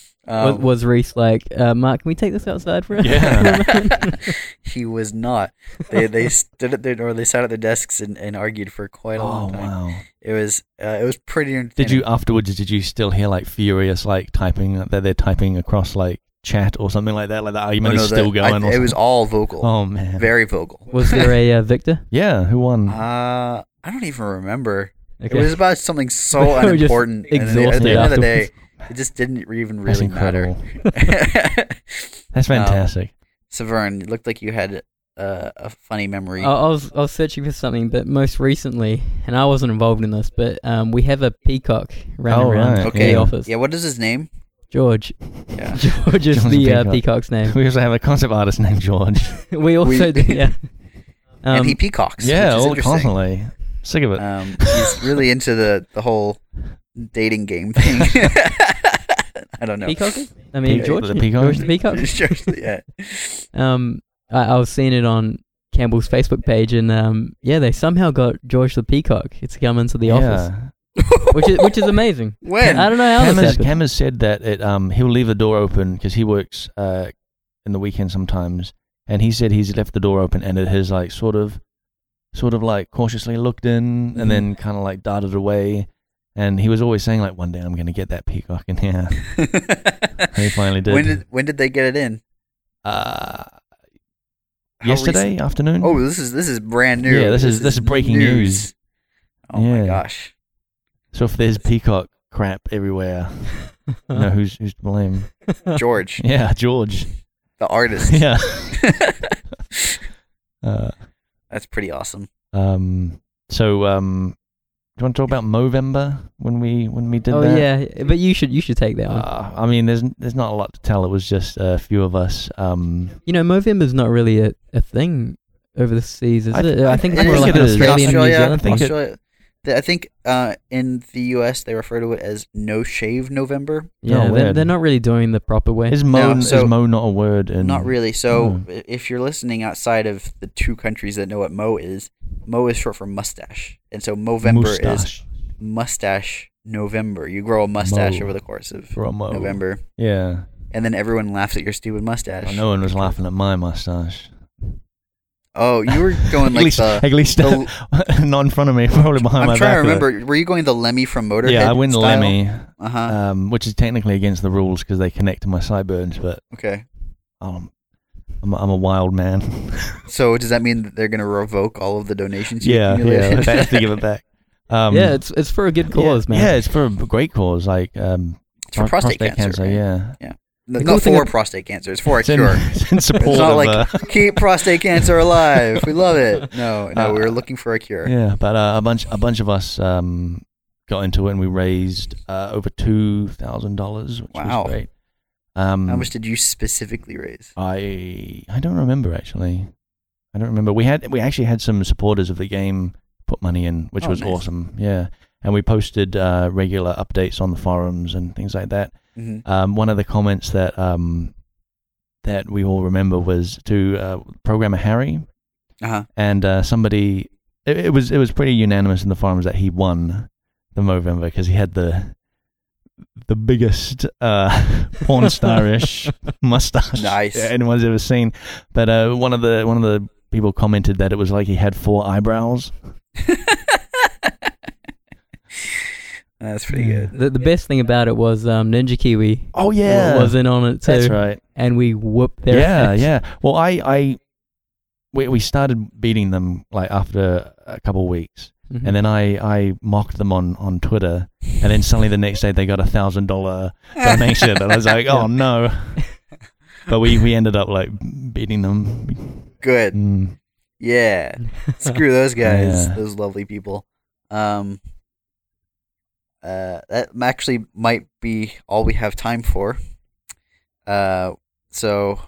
Speaker 1: um,
Speaker 2: was Reese like, uh, Mark, can we take this outside for a
Speaker 3: Yeah.
Speaker 1: he was not. They they stood at their or they sat at their desks and, and argued for quite a
Speaker 3: oh
Speaker 1: long time.
Speaker 3: wow.
Speaker 1: It was uh, it was pretty.
Speaker 3: Did
Speaker 1: entertaining.
Speaker 3: you afterwards? Did you still hear like furious like typing uh, that they're typing across like chat or something like that? "Oh, Like that
Speaker 1: No,
Speaker 3: argument
Speaker 1: Oh, no,
Speaker 3: is
Speaker 1: the-
Speaker 3: still
Speaker 1: I-
Speaker 3: going. or
Speaker 1: it was
Speaker 3: something?
Speaker 1: all vocal,
Speaker 3: Oh man.
Speaker 1: very vocal.
Speaker 2: Was there a uh, Victor?
Speaker 3: yeah. Who won?
Speaker 1: Uh, I don't even remember.
Speaker 2: Okay.
Speaker 1: It was about something so
Speaker 2: We were just
Speaker 1: unimportant. and at the- at
Speaker 2: exhausted
Speaker 1: the end of the day,
Speaker 2: afterwards.
Speaker 1: it just didn't even
Speaker 3: That's
Speaker 1: really matter. Um,
Speaker 3: incredible. That's fantastic.
Speaker 1: Severn, it looked like you had uh, a funny memory.
Speaker 3: Oh,
Speaker 2: I, I was I was searching for something, but most recently, and I wasn't involved in this, but um, we have a peacock running
Speaker 3: Oh,
Speaker 2: around
Speaker 3: right,
Speaker 1: Okay.
Speaker 2: the office.
Speaker 1: Yeah, what is his name?
Speaker 2: George.
Speaker 1: Yeah.
Speaker 2: George is
Speaker 3: George's a
Speaker 2: the Uh,
Speaker 3: peacock.
Speaker 2: peacock's name.
Speaker 3: we also have a concept artist named George.
Speaker 2: We also do, yeah.
Speaker 1: and he
Speaker 2: Um,
Speaker 1: peacocks. which is
Speaker 3: yeah, all
Speaker 1: interesting.
Speaker 3: constantly. Sick of it.
Speaker 1: Um, he's really into the, the whole dating game thing. I don't know.
Speaker 2: peacock? I mean,
Speaker 3: Peacock-
Speaker 2: George.
Speaker 3: the peacock?
Speaker 2: George the peacock.
Speaker 1: yeah.
Speaker 2: Um, I, I was seeing it on Campbell's Facebook page, and um, yeah, they somehow got George the Peacock to come into the office,
Speaker 3: Yeah.
Speaker 2: which is which is amazing.
Speaker 1: When?
Speaker 2: I don't know how
Speaker 3: Cam
Speaker 2: this
Speaker 3: has,
Speaker 2: happened.
Speaker 3: Cam has said that it, um, he'll leave the door open because he works uh, in the weekend sometimes, and he said he's left the door open and it has like sort of, sort of like cautiously looked in
Speaker 1: Mhm.
Speaker 3: and then kind of like darted away, and he was always saying like, one day I'm gonna get that peacock in here. And he finally did.
Speaker 1: When did when did they get it in?
Speaker 3: uh,
Speaker 1: how
Speaker 3: yesterday
Speaker 1: recent-
Speaker 3: afternoon.
Speaker 1: Oh, this is this is brand new.
Speaker 3: Yeah, this is- this is breaking news.
Speaker 1: Oh my
Speaker 3: Yeah.
Speaker 1: gosh.
Speaker 3: So if there's peacock crap everywhere, you know who's who's to blame?
Speaker 1: George,
Speaker 3: Yeah, George.
Speaker 1: the artist.
Speaker 3: yeah. Uh,
Speaker 1: That's pretty awesome.
Speaker 3: um. So um, do you want to talk about Movember when we when we did
Speaker 2: oh
Speaker 3: that?
Speaker 2: yeah, but you should you should take that one.
Speaker 3: Uh, I mean, there's there's not a lot to tell. It was just a few of us. Um,
Speaker 2: you know, Movember's not really a, a thing over the seas, is
Speaker 3: I-
Speaker 2: it?
Speaker 3: I
Speaker 2: I think it's
Speaker 3: think
Speaker 2: more
Speaker 3: it
Speaker 2: like an
Speaker 3: is.
Speaker 2: Australian and New
Speaker 1: Australia,
Speaker 2: Zealand
Speaker 3: think
Speaker 2: thing.
Speaker 3: it-
Speaker 1: Australia- th- I think uh, in the U.S. they refer to it as No Shave November.
Speaker 2: Yeah,
Speaker 3: Oh,
Speaker 2: they're,
Speaker 3: weird.
Speaker 2: they're not really doing the proper way.
Speaker 3: is mo
Speaker 1: No, so-
Speaker 3: is mo not a word? In,
Speaker 1: Not really. So
Speaker 3: Hmm.
Speaker 1: i if you're listening outside of the two countries that know what Mo is, Mo is short for mustache, and so Movember is
Speaker 3: mustache.
Speaker 1: mustache November. You grow a mustache
Speaker 3: Mo.
Speaker 1: over the course of
Speaker 3: Or a mo.
Speaker 1: November,
Speaker 3: Yeah.
Speaker 1: and then everyone laughs at your stupid mustache.
Speaker 3: Oh, no one was laughing at my mustache.
Speaker 1: Oh, you were going
Speaker 3: at
Speaker 1: like
Speaker 3: least,
Speaker 1: the.
Speaker 3: at least
Speaker 1: the
Speaker 3: not in front of me, probably behind
Speaker 1: I'm
Speaker 3: my back.
Speaker 1: trying to
Speaker 3: but-
Speaker 1: remember. Were you going the Lemmy from Motorhead?
Speaker 3: Yeah, I went
Speaker 1: style?
Speaker 3: Lemmy,
Speaker 1: Uh huh.
Speaker 3: um, which is technically against the rules because they connect to my sideburns, but
Speaker 1: okay.
Speaker 3: um, I'm, I'm a wild man.
Speaker 1: So does that mean that they're going to revoke all of the donations? you
Speaker 3: yeah, yeah,
Speaker 1: accumulated?
Speaker 3: they have to give it back. Um,
Speaker 2: yeah, it's it's for a good cause,
Speaker 3: yeah,
Speaker 2: man.
Speaker 3: Yeah, it's for a great cause, like um,
Speaker 1: It's for prostate, cancer. right?
Speaker 3: yeah,
Speaker 1: No,
Speaker 2: The cool
Speaker 1: not
Speaker 2: thing
Speaker 1: for
Speaker 2: ab-
Speaker 1: prostate cancer. It's for a
Speaker 3: it's in,
Speaker 1: cure.
Speaker 3: it's in support
Speaker 1: It's not
Speaker 3: of,
Speaker 1: like-
Speaker 3: uh,
Speaker 1: Keep prostate cancer alive. We love it. No, no, we were
Speaker 3: Uh,
Speaker 1: looking for a cure.
Speaker 3: yeah, but uh, a bunch a bunch of us um, got into it and we raised uh, over two thousand dollars, which
Speaker 1: Wow.
Speaker 3: was great. Um,
Speaker 1: How much did you specifically raise?
Speaker 3: I I don't remember actually. I don't remember. We had we actually had some supporters of the game put money in, which
Speaker 1: Oh,
Speaker 3: was
Speaker 1: nice.
Speaker 3: awesome. Yeah, and we posted uh, regular updates on the forums and things like that.
Speaker 1: hmm
Speaker 3: Um, one of the comments that um, that we all remember was to uh, programmer Harry
Speaker 1: Uh huh.
Speaker 3: and uh, somebody. It, it was it was pretty unanimous in the forums that he won the Movember because he had the the biggest uh, porn starish mustache
Speaker 1: Nice.
Speaker 3: that anyone's ever seen. But uh, one of the one of the people commented that it was like he had four eyebrows.
Speaker 1: That's pretty
Speaker 3: Yeah.
Speaker 1: good.
Speaker 2: The, the best thing about it was um, Ninja Kiwi
Speaker 3: Oh
Speaker 2: was in on it too,
Speaker 3: that's right.
Speaker 2: and we whooped their
Speaker 3: yeah,
Speaker 2: ass.
Speaker 3: yeah. Well, I I we we started beating them like after a couple weeks,
Speaker 2: Mhm.
Speaker 3: and then I I mocked them on on Twitter, and then suddenly the next day they got a thousand dollar donation, and I was like, oh no. But we we ended up like beating them.
Speaker 1: Good.
Speaker 3: Mm.
Speaker 1: Yeah. Screw those guys.
Speaker 3: Yeah.
Speaker 1: Those lovely people. Um. Uh, that actually might be all we have time for. Uh, so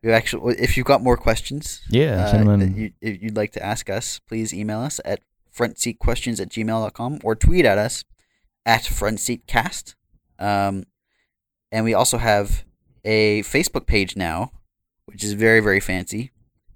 Speaker 1: you actually, if you've got more questions,
Speaker 3: Yeah,
Speaker 1: uh,
Speaker 3: cinnamon.
Speaker 1: that you, if you'd like to ask us, please email us at frontseatquestions at gmail.com or tweet at us at frontseatcast. Um, and we also have a Facebook page now, which is very, very fancy.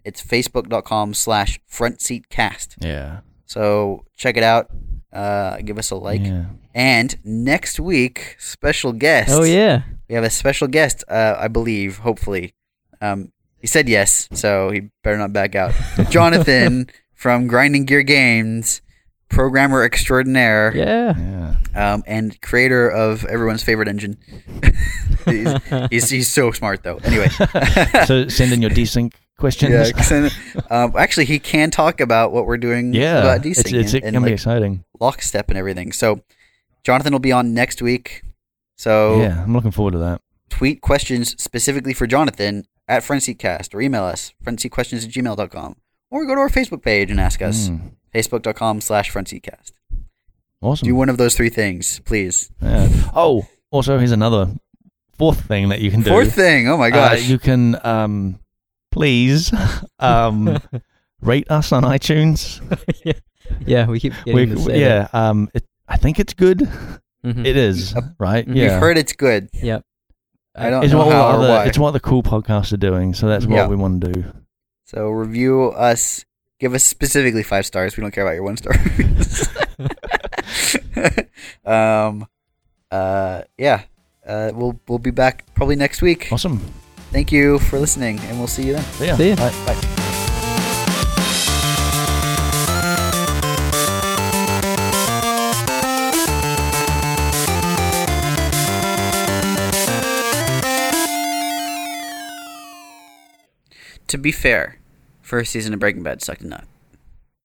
Speaker 1: It's facebook.com slash frontseatcast.
Speaker 3: yeah,
Speaker 1: So check it out. Uh, give us a like.
Speaker 3: yeah.
Speaker 1: And next week, special guest.
Speaker 2: Oh yeah,
Speaker 1: We have a special guest, uh, I believe, hopefully. Um, he said yes, so he better not back out. Jonathan from Grinding Gear Games, programmer extraordinaire,
Speaker 2: yeah.
Speaker 3: yeah.
Speaker 1: um, and creator of everyone's favorite engine. he's, he's, he's so smart, though. Anyway.
Speaker 3: so send in your desync
Speaker 1: yeah,
Speaker 3: questions.
Speaker 1: 'cause then- um, actually, he can talk about what we're doing
Speaker 3: Yeah,
Speaker 1: about
Speaker 3: it's,
Speaker 1: DC and,
Speaker 3: it's, it
Speaker 1: and,
Speaker 3: can be
Speaker 1: like,
Speaker 3: exciting.
Speaker 1: lockstep and everything. So, Jonathan will be on next week. So,
Speaker 3: yeah, I'm looking forward to that.
Speaker 1: tweet questions specifically for Jonathan at FrenzyCast or email us, FrenzyQuestions at gmail.com. Or go to our Facebook page and ask us,
Speaker 3: Mm,
Speaker 1: facebook.com slash FrenzyCast.
Speaker 3: awesome.
Speaker 1: Do one of those three things, please.
Speaker 3: Yeah. Oh, also here's another fourth thing that you can do.
Speaker 1: Fourth thing, oh my
Speaker 3: Uh,
Speaker 1: gosh.
Speaker 3: you can um, please um, rate us on iTunes.
Speaker 2: yeah, yeah. We keep getting
Speaker 3: We-
Speaker 2: to say
Speaker 3: yeah, um, it, I think it's good.
Speaker 2: that. Mhm.
Speaker 3: It is right.
Speaker 2: You've
Speaker 1: You've
Speaker 3: Yeah,
Speaker 1: Hmm. heard it's good.
Speaker 2: Yep.
Speaker 1: I don't
Speaker 3: it's
Speaker 1: know
Speaker 3: what all
Speaker 1: how or
Speaker 3: other-
Speaker 1: why.
Speaker 3: it's what the cool podcasts are doing. So that's what
Speaker 1: Yeah.
Speaker 3: we want to do.
Speaker 1: So review us. Give us specifically five stars. We don't care about your one star. um, uh, yeah. Uh, we'll we'll be back probably next week.
Speaker 3: Awesome.
Speaker 1: Thank you for listening, and we'll see you then.
Speaker 3: See ya.
Speaker 2: See ya.
Speaker 3: Bye.
Speaker 1: Bye. To be fair, First season of Breaking Bad sucked nut.